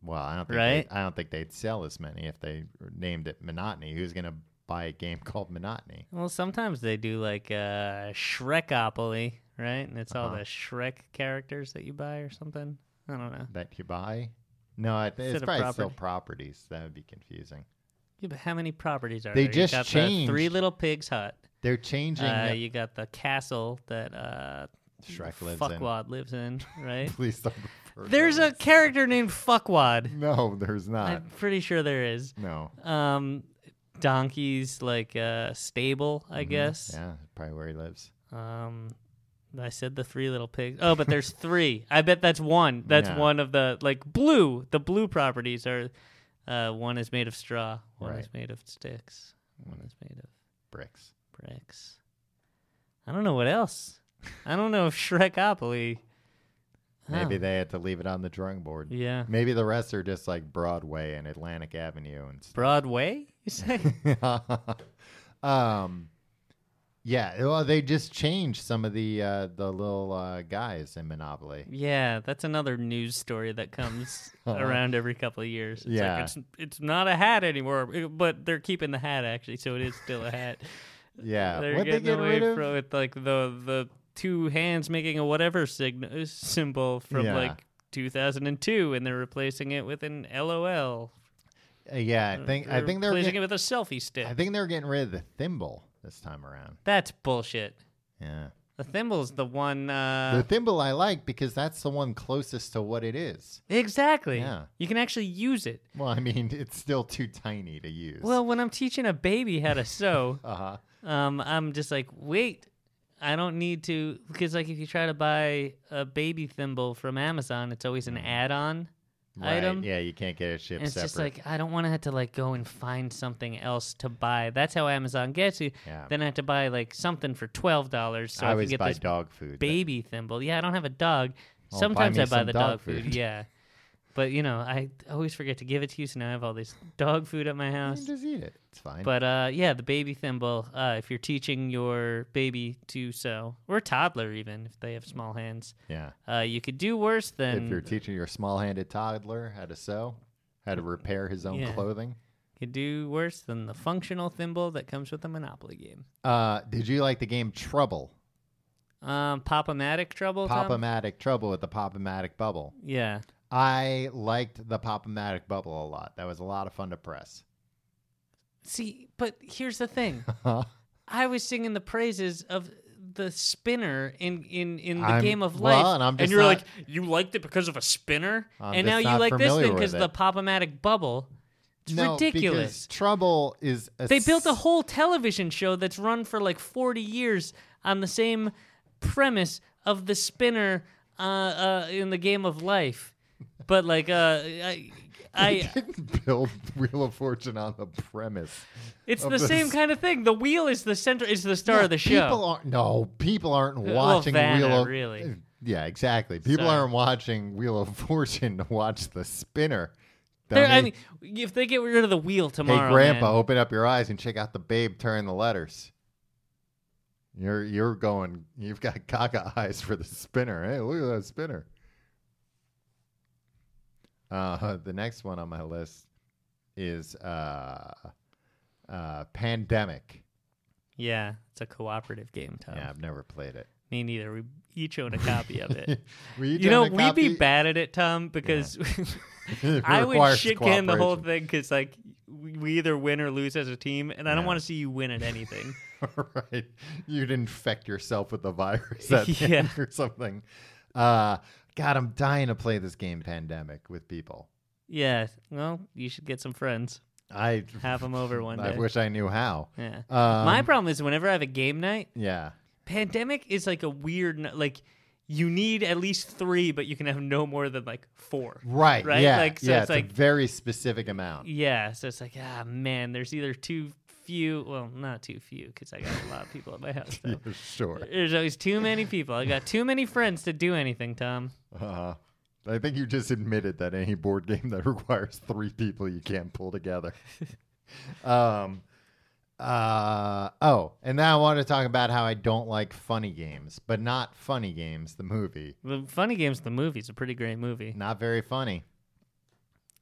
Speaker 3: Well, I don't think
Speaker 4: Right?
Speaker 3: they- I don't think they'd sell as many if they named it Monotony. Who's gonna buy a game [laughs] called Monotony?
Speaker 4: Well, sometimes they do like uh, Shrekopoly, right? And it's all
Speaker 3: Uh-huh.
Speaker 4: the Shrek characters that you buy or something. I don't know.
Speaker 3: that you buy? No, I think
Speaker 4: Instead
Speaker 3: it's
Speaker 4: of
Speaker 3: probably still properties. That would be confusing.
Speaker 4: Yeah, but how many properties are
Speaker 3: They
Speaker 4: there? You
Speaker 3: just
Speaker 4: got the Three
Speaker 3: changed.
Speaker 4: Little Pigs hut.
Speaker 3: They're changing.
Speaker 4: Uh,
Speaker 3: the- [laughs]
Speaker 4: you got the castle that uh,
Speaker 3: Shrek lives in.
Speaker 4: fuckwad lives in, [laughs] right?
Speaker 3: Please don't. refer to
Speaker 4: There's a
Speaker 3: it.
Speaker 4: character named fuckwad.
Speaker 3: No, there's not.
Speaker 4: I'm pretty sure there is.
Speaker 3: No.
Speaker 4: Um, donkeys like uh, stable, I guess.
Speaker 3: Mm-hmm, Yeah, probably where he lives.
Speaker 4: Um, I said the three little pigs. Oh, but there's three. I bet that's one. That's
Speaker 3: Yeah.
Speaker 4: one of the like blue. The blue properties are. Uh, one is made of straw. One is made of sticks. One is made of
Speaker 3: Bricks.
Speaker 4: bricks. I don't know what else. I don't know if Shrekopoly.
Speaker 3: Maybe
Speaker 4: Oh,
Speaker 3: they had to leave it on the drawing board.
Speaker 4: Yeah.
Speaker 3: Maybe the rest are just like Broadway and Atlantic Avenue and stuff.
Speaker 4: Broadway. You say? [laughs]
Speaker 3: [laughs] um, yeah. Well, they just changed some of the uh, the little uh, guys in Monopoly.
Speaker 4: Yeah, that's another news story that comes
Speaker 3: [laughs]
Speaker 4: around every couple of years. It's
Speaker 3: Uh-huh. Yeah.
Speaker 4: like it's it's not a hat anymore, it- but they're keeping the hat actually, so it is still a hat.
Speaker 3: [laughs] Yeah.
Speaker 4: they're
Speaker 3: What'd they
Speaker 4: getting
Speaker 3: get
Speaker 4: away
Speaker 3: rid of?
Speaker 4: from with like the the two hands making a whatever sign- uh, symbol from
Speaker 3: Yeah.
Speaker 4: like 2002, and they're replacing it with an LOL.
Speaker 3: Uh, yeah, I think I think they're
Speaker 4: replacing
Speaker 3: get-
Speaker 4: it with a selfie stick.
Speaker 3: I think they're getting rid of the thimble this time around.
Speaker 4: that's bullshit.
Speaker 3: Yeah.
Speaker 4: The thimble's the one.
Speaker 3: the
Speaker 4: Uh,
Speaker 3: thimble I like because that's the one closest to what it is.
Speaker 4: exactly.
Speaker 3: Yeah.
Speaker 4: You can actually use it.
Speaker 3: Well, I mean, it's still too tiny to use.
Speaker 4: Well, when I'm teaching a baby how to sew,
Speaker 3: uh-huh.
Speaker 4: um, I'm just like, wait, I don't need to, because like if you try to buy a baby thimble from Amazon, it's always an add-on
Speaker 3: Mm. Right.
Speaker 4: item.
Speaker 3: Yeah, you can't get it shipped
Speaker 4: And it's
Speaker 3: separate.
Speaker 4: just like I don't want to have to like go and find something else to buy. That's how Amazon gets you.
Speaker 3: Yeah.
Speaker 4: Then I have to buy like something for twelve dollars so
Speaker 3: I
Speaker 4: I, can
Speaker 3: always
Speaker 4: get
Speaker 3: buy
Speaker 4: this
Speaker 3: dog food. but-
Speaker 4: baby thimble. Yeah, I don't have a dog,
Speaker 3: I'll buy
Speaker 4: Sometimes
Speaker 3: me
Speaker 4: I buy
Speaker 3: some
Speaker 4: the dog, food. Yeah. But you know, I always forget to give it to you, so now I have all this dog food at my
Speaker 3: You
Speaker 4: house.
Speaker 3: can just eat it. It's fine.
Speaker 4: But uh, yeah, the baby thimble. Uh, if you're teaching your baby to sew, or toddler even if they have small hands,
Speaker 3: yeah.
Speaker 4: uh, you could do worse than
Speaker 3: If you're teaching your small-handed toddler how to sew, how to repair his own
Speaker 4: Yeah.
Speaker 3: clothing.
Speaker 4: could do worse than the functional thimble that comes with a Monopoly game.
Speaker 3: Uh, did you like the game Trouble?
Speaker 4: Um, Pop-O-Matic trouble. Tom?
Speaker 3: Pop-O-Matic Trouble with the Pop-O-Matic Bubble.
Speaker 4: Yeah.
Speaker 3: I liked the Pop-O-Matic Bubble a lot. That was a lot of fun to press.
Speaker 4: See, but here's the thing.
Speaker 3: [laughs]
Speaker 4: I was singing the praises of the spinner in in in the
Speaker 3: I'm-
Speaker 4: game of
Speaker 3: well,
Speaker 4: life,
Speaker 3: and I'm just
Speaker 4: you're
Speaker 3: not-
Speaker 4: like, you liked it because of a spinner,
Speaker 3: I'm just
Speaker 4: and now you
Speaker 3: not
Speaker 4: like this
Speaker 3: familiar
Speaker 4: thing
Speaker 3: with
Speaker 4: because the
Speaker 3: it.
Speaker 4: pop-o-matic bubble. It's
Speaker 3: No, because
Speaker 4: ridiculous.
Speaker 3: Trouble is a
Speaker 4: They built a
Speaker 3: s-
Speaker 4: whole television show that's run for like 40 years on the same premise of the spinner uh, uh, in the game of life, but like uh, I. I
Speaker 3: [laughs] build Wheel of Fortune on the premise.
Speaker 4: It's
Speaker 3: of
Speaker 4: the
Speaker 3: this.
Speaker 4: same kind of thing. The wheel is the center. Is the star of the show.
Speaker 3: People aren't no people aren't
Speaker 4: well,
Speaker 3: watching Wheel
Speaker 4: Vanna,
Speaker 3: of
Speaker 4: really.
Speaker 3: [laughs] Yeah, exactly. People
Speaker 4: Sorry.
Speaker 3: aren't watching Wheel of Fortune to watch the spinner.
Speaker 4: They're- I
Speaker 3: dummy.
Speaker 4: mean, if they get rid of the wheel
Speaker 3: hey,
Speaker 4: tomorrow,
Speaker 3: Grandpa,
Speaker 4: man.
Speaker 3: open up your eyes and check out the babe turn the letters. You're you're going. You've got [laughs] Gaga eyes for the spinner. Hey, look at that spinner. Uh, [laughs] the next one on my list is uh, uh, Pandemic.
Speaker 4: yeah, it's a cooperative game, Tom.
Speaker 3: Yeah, I've never played it. [laughs]
Speaker 4: Me neither. We each own a copy of it.
Speaker 3: Were
Speaker 4: you
Speaker 3: doing
Speaker 4: know,
Speaker 3: a
Speaker 4: we'd be
Speaker 3: copy?
Speaker 4: bad at it, Tom, because
Speaker 3: [laughs]
Speaker 4: [laughs]
Speaker 3: It
Speaker 4: I would
Speaker 3: requires
Speaker 4: shit can the whole
Speaker 3: cooperation.
Speaker 4: thing because like we we either win or lose as a team, and I don't
Speaker 3: Yeah.
Speaker 4: want to see you win
Speaker 3: [laughs]
Speaker 4: at anything.
Speaker 3: right. You'd infect yourself with the virus at the end
Speaker 4: Yeah.
Speaker 3: or something. Uh, God, I'm dying to play this game, Pandemic, with people.
Speaker 4: yeah. Well, you should get some friends.
Speaker 3: I
Speaker 4: Have them over one day.
Speaker 3: I wish I knew how.
Speaker 4: Yeah.
Speaker 3: Um,
Speaker 4: My problem is whenever I have a game night,
Speaker 3: yeah.
Speaker 4: pandemic is like a weird n- like you need at least three but you can have no more than like four
Speaker 3: Right.
Speaker 4: right
Speaker 3: Yeah.
Speaker 4: like so
Speaker 3: yeah,
Speaker 4: it's like
Speaker 3: a very specific amount.
Speaker 4: yeah so it's like ah man there's either too few well not too few because i got a lot of people at
Speaker 3: [laughs]
Speaker 4: my house though.
Speaker 3: Yeah, sure.
Speaker 4: there's always too many people i got too many friends to do anything tom
Speaker 3: Uh, I think you just admitted that any board game that [laughs] requires three people you can't pull
Speaker 4: [laughs]
Speaker 3: together. um, uh, oh, and now I want to talk about how I don't like funny games, but not funny games. The movie,
Speaker 4: the funny games the movie's a pretty great movie
Speaker 3: not very funny,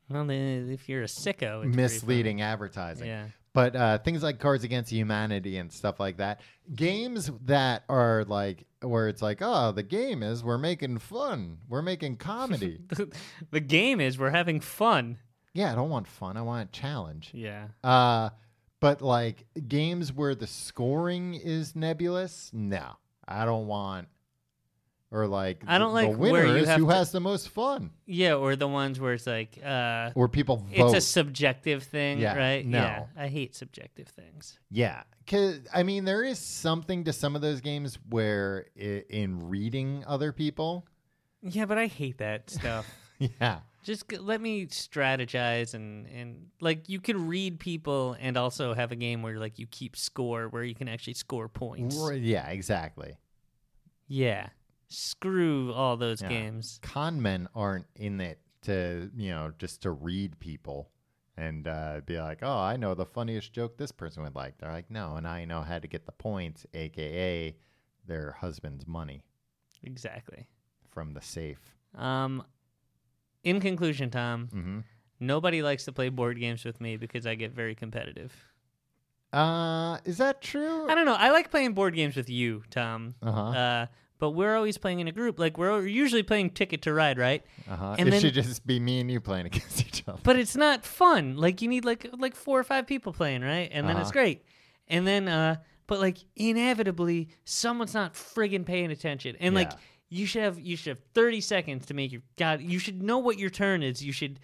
Speaker 4: well then, if you're a sicko it's pretty
Speaker 3: misleading advertising.
Speaker 4: Yeah. [laughs]
Speaker 3: But uh, things like Cards Against Humanity and stuff like that, games that are like where it's like, oh, the game is we're making fun, we're
Speaker 4: [laughs]
Speaker 3: making comedy.
Speaker 4: fun. the game is we're having fun
Speaker 3: yeah, I don't want fun. I want a challenge.
Speaker 4: yeah
Speaker 3: Uh, but like games where the scoring is nebulous, no, I don't want. Or like,
Speaker 4: I don't
Speaker 3: the-
Speaker 4: like
Speaker 3: the
Speaker 4: where
Speaker 3: winner
Speaker 4: you
Speaker 3: is
Speaker 4: have
Speaker 3: who
Speaker 4: to-
Speaker 3: has the most fun,
Speaker 4: yeah or the ones where it's like uh
Speaker 3: or people vote.
Speaker 4: It's a subjective thing,
Speaker 3: Yeah,
Speaker 4: right?
Speaker 3: no.
Speaker 4: Yeah. I hate subjective things.
Speaker 3: yeah, because I mean, there is something to some of those games where i in reading other people,
Speaker 4: Yeah, but I hate that [laughs] stuff.
Speaker 3: [laughs] yeah,
Speaker 4: Just g- let me strategize and and like you can read people and also have a game where like you keep score where you can actually score points.
Speaker 3: Right, yeah, exactly.
Speaker 4: Yeah. Screw all those
Speaker 3: Yeah.
Speaker 4: games.
Speaker 3: Con men aren't in it to you know just to read people and uh, be like, oh, I know the funniest joke this person would like. They're like, no, and I know how to get the points, aka their husband's money
Speaker 4: Exactly.
Speaker 3: from the safe.
Speaker 4: Um in conclusion, Tom,
Speaker 3: hmm
Speaker 4: nobody likes to play board games with me because I get very competitive.
Speaker 3: Uh, is that true?
Speaker 4: I don't know. I like playing board games with you, Tom.
Speaker 3: Uh-huh.
Speaker 4: Uh, but we're always playing in a group. Like we're usually playing Ticket to Ride, right?
Speaker 3: Uh-huh.
Speaker 4: and
Speaker 3: it
Speaker 4: then-
Speaker 3: should just be me and you playing [laughs] against each other.
Speaker 4: But it's not fun. Like you need like like four or five people playing, right? And then it's
Speaker 3: Uh-huh.
Speaker 4: great. And then uh but like inevitably someone's not friggin' paying attention. And like
Speaker 3: Yeah.
Speaker 4: you should have you should have 30 seconds to make your god you should know what your turn is. You should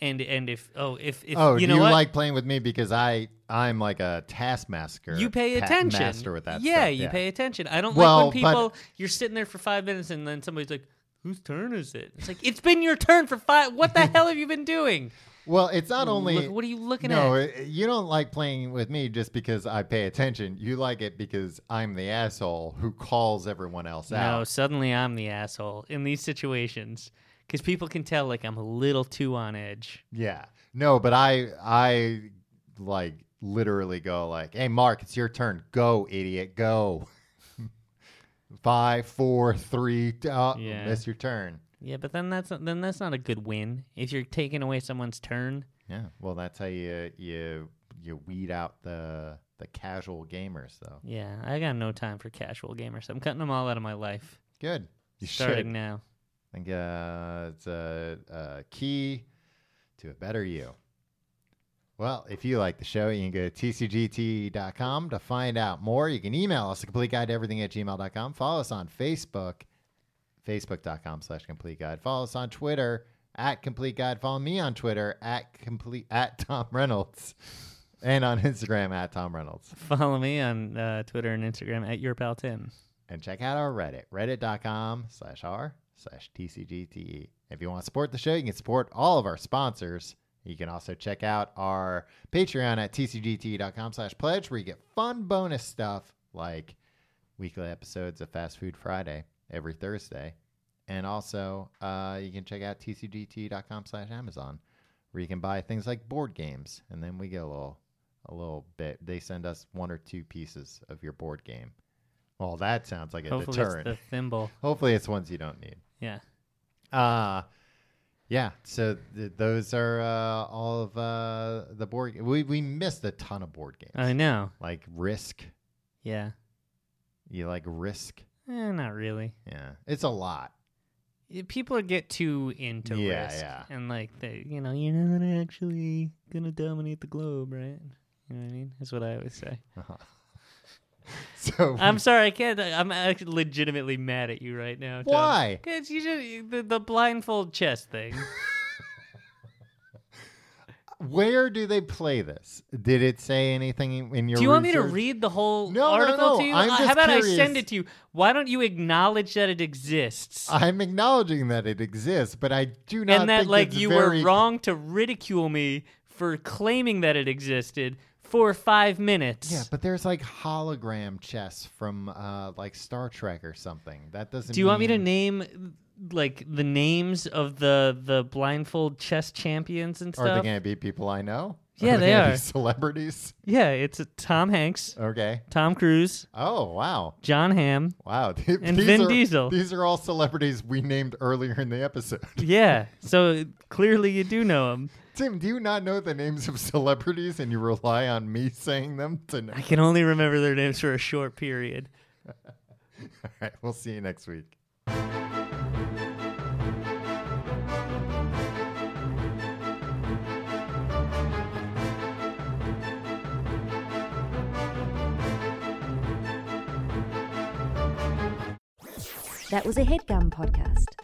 Speaker 4: and and if oh if if
Speaker 3: oh,
Speaker 4: you
Speaker 3: do
Speaker 4: know
Speaker 3: you
Speaker 4: what?
Speaker 3: like playing with me because I I'm like a taskmaster.
Speaker 4: you pay
Speaker 3: pa-
Speaker 4: attention.
Speaker 3: Master with that.
Speaker 4: yeah,
Speaker 3: stuff,
Speaker 4: you pay attention. I don't
Speaker 3: Well,
Speaker 4: like when
Speaker 3: but-
Speaker 4: people you're sitting there for five minutes and then somebody's like, "Whose turn is it?" It's like it's been your turn for five. What the hell have you been doing?
Speaker 3: Well, it's not [laughs] only.
Speaker 4: Look- what are you looking
Speaker 3: no,
Speaker 4: at?
Speaker 3: it- you don't like playing with me just because I pay attention. You like it because I'm the asshole who calls everyone else
Speaker 4: No,
Speaker 3: out.
Speaker 4: suddenly I'm the asshole in these situations because people can tell like I'm a little too on edge.
Speaker 3: Yeah. No, but I I like literally go like, "Hey, Mark, it's your turn. Go, idiot, go." [laughs] Five, four, three. T- oh,
Speaker 4: Yeah.
Speaker 3: Miss your turn.
Speaker 4: Yeah, but then that's then that's not a good win if you're taking away someone's turn.
Speaker 3: Yeah. Well, that's how you you you weed out the the casual gamers, though.
Speaker 4: Yeah, I got no time for casual gamers. I'm cutting them all out of my life.
Speaker 3: Good. You
Speaker 4: starting
Speaker 3: should.
Speaker 4: now.
Speaker 3: I think uh, it's a, a key to a better you. Well, if you like the show, you can go to tcgt.com to find out more. You can email us, a complete guide to everything at gmail.com. Follow us on Facebook, facebook.com slash complete guide. Follow us on Twitter, at complete guide. Follow me on Twitter, at complete, at Tom Reynolds, and on Instagram, at Tom Reynolds.
Speaker 4: Follow me on uh, Twitter and Instagram at your pal Tim.
Speaker 3: and check out our Reddit, reddit.com slash r slash tcgte. E. If you want to support the show, you can support all of our sponsors. You can also check out our Patreon at tcgt.com E slash pledge, where you get fun bonus stuff like weekly episodes of Fast Food Friday every Thursday. And also, uh, you can check out tcgt.com slash Amazon, where you can buy things like board games. And then we get a little, a little bit. They send us one or two pieces of your board game. Well, that sounds like a
Speaker 4: Hopefully
Speaker 3: deterrent.
Speaker 4: it's the thimble.
Speaker 3: Hopefully, it's ones you don't need.
Speaker 4: Yeah.
Speaker 3: Uh yeah. So th- those are uh, all of uh, the board. We we missed a ton of board games.
Speaker 4: I know.
Speaker 3: Like Risk.
Speaker 4: Yeah.
Speaker 3: You like Risk?
Speaker 4: Eh, not really.
Speaker 3: Yeah, it's a lot.
Speaker 4: Y- People get too into
Speaker 3: Yeah,
Speaker 4: risk,
Speaker 3: yeah.
Speaker 4: and like they, you know, you're not actually gonna dominate the globe, right? You know what I mean? That's what I
Speaker 3: [laughs]
Speaker 4: always say.
Speaker 3: So
Speaker 4: I'm sorry, I can't. I'm actually legitimately mad at you right now. Tom.
Speaker 3: Why?
Speaker 4: 'Cause you just, the, the blindfold
Speaker 3: [laughs]
Speaker 4: chess thing.
Speaker 3: where do they play this? Did it say anything in your?
Speaker 4: Do you want me to
Speaker 3: research?
Speaker 4: read the whole
Speaker 3: No, no,
Speaker 4: article
Speaker 3: no,
Speaker 4: to you?
Speaker 3: I'm
Speaker 4: Uh,
Speaker 3: just
Speaker 4: How about I
Speaker 3: curious.
Speaker 4: send it to you? Why don't you acknowledge that it exists?
Speaker 3: I'm acknowledging that it exists, but I do not.
Speaker 4: and that
Speaker 3: think
Speaker 4: like
Speaker 3: it's
Speaker 4: you
Speaker 3: very-
Speaker 4: were wrong to ridicule me for claiming that it existed for five minutes.
Speaker 3: Yeah, but there's like hologram chess from uh, like Star Trek or something. That doesn't.
Speaker 4: Do you want me to
Speaker 3: mean-
Speaker 4: name like the names of the the blindfold chess champions and
Speaker 3: Are they
Speaker 4: stuff?
Speaker 3: going to be people I know?
Speaker 4: Yeah,
Speaker 3: are
Speaker 4: they
Speaker 3: gonna
Speaker 4: are.
Speaker 3: Be celebrities.
Speaker 4: yeah, it's uh, Tom Hanks,
Speaker 3: Okay.
Speaker 4: Tom Cruise,
Speaker 3: Oh wow,
Speaker 4: John Hamm.
Speaker 3: wow. [laughs] Th-
Speaker 4: And Vin
Speaker 3: are,
Speaker 4: Diesel.
Speaker 3: These are all celebrities we named earlier in the episode. [laughs]
Speaker 4: Yeah, so clearly you do know him.
Speaker 3: Tim, do you not know the names of celebrities, and you rely on me saying them to know?
Speaker 4: I can only remember their names for a short period.
Speaker 3: All right, we'll see you next week.
Speaker 5: That was a headgum podcast.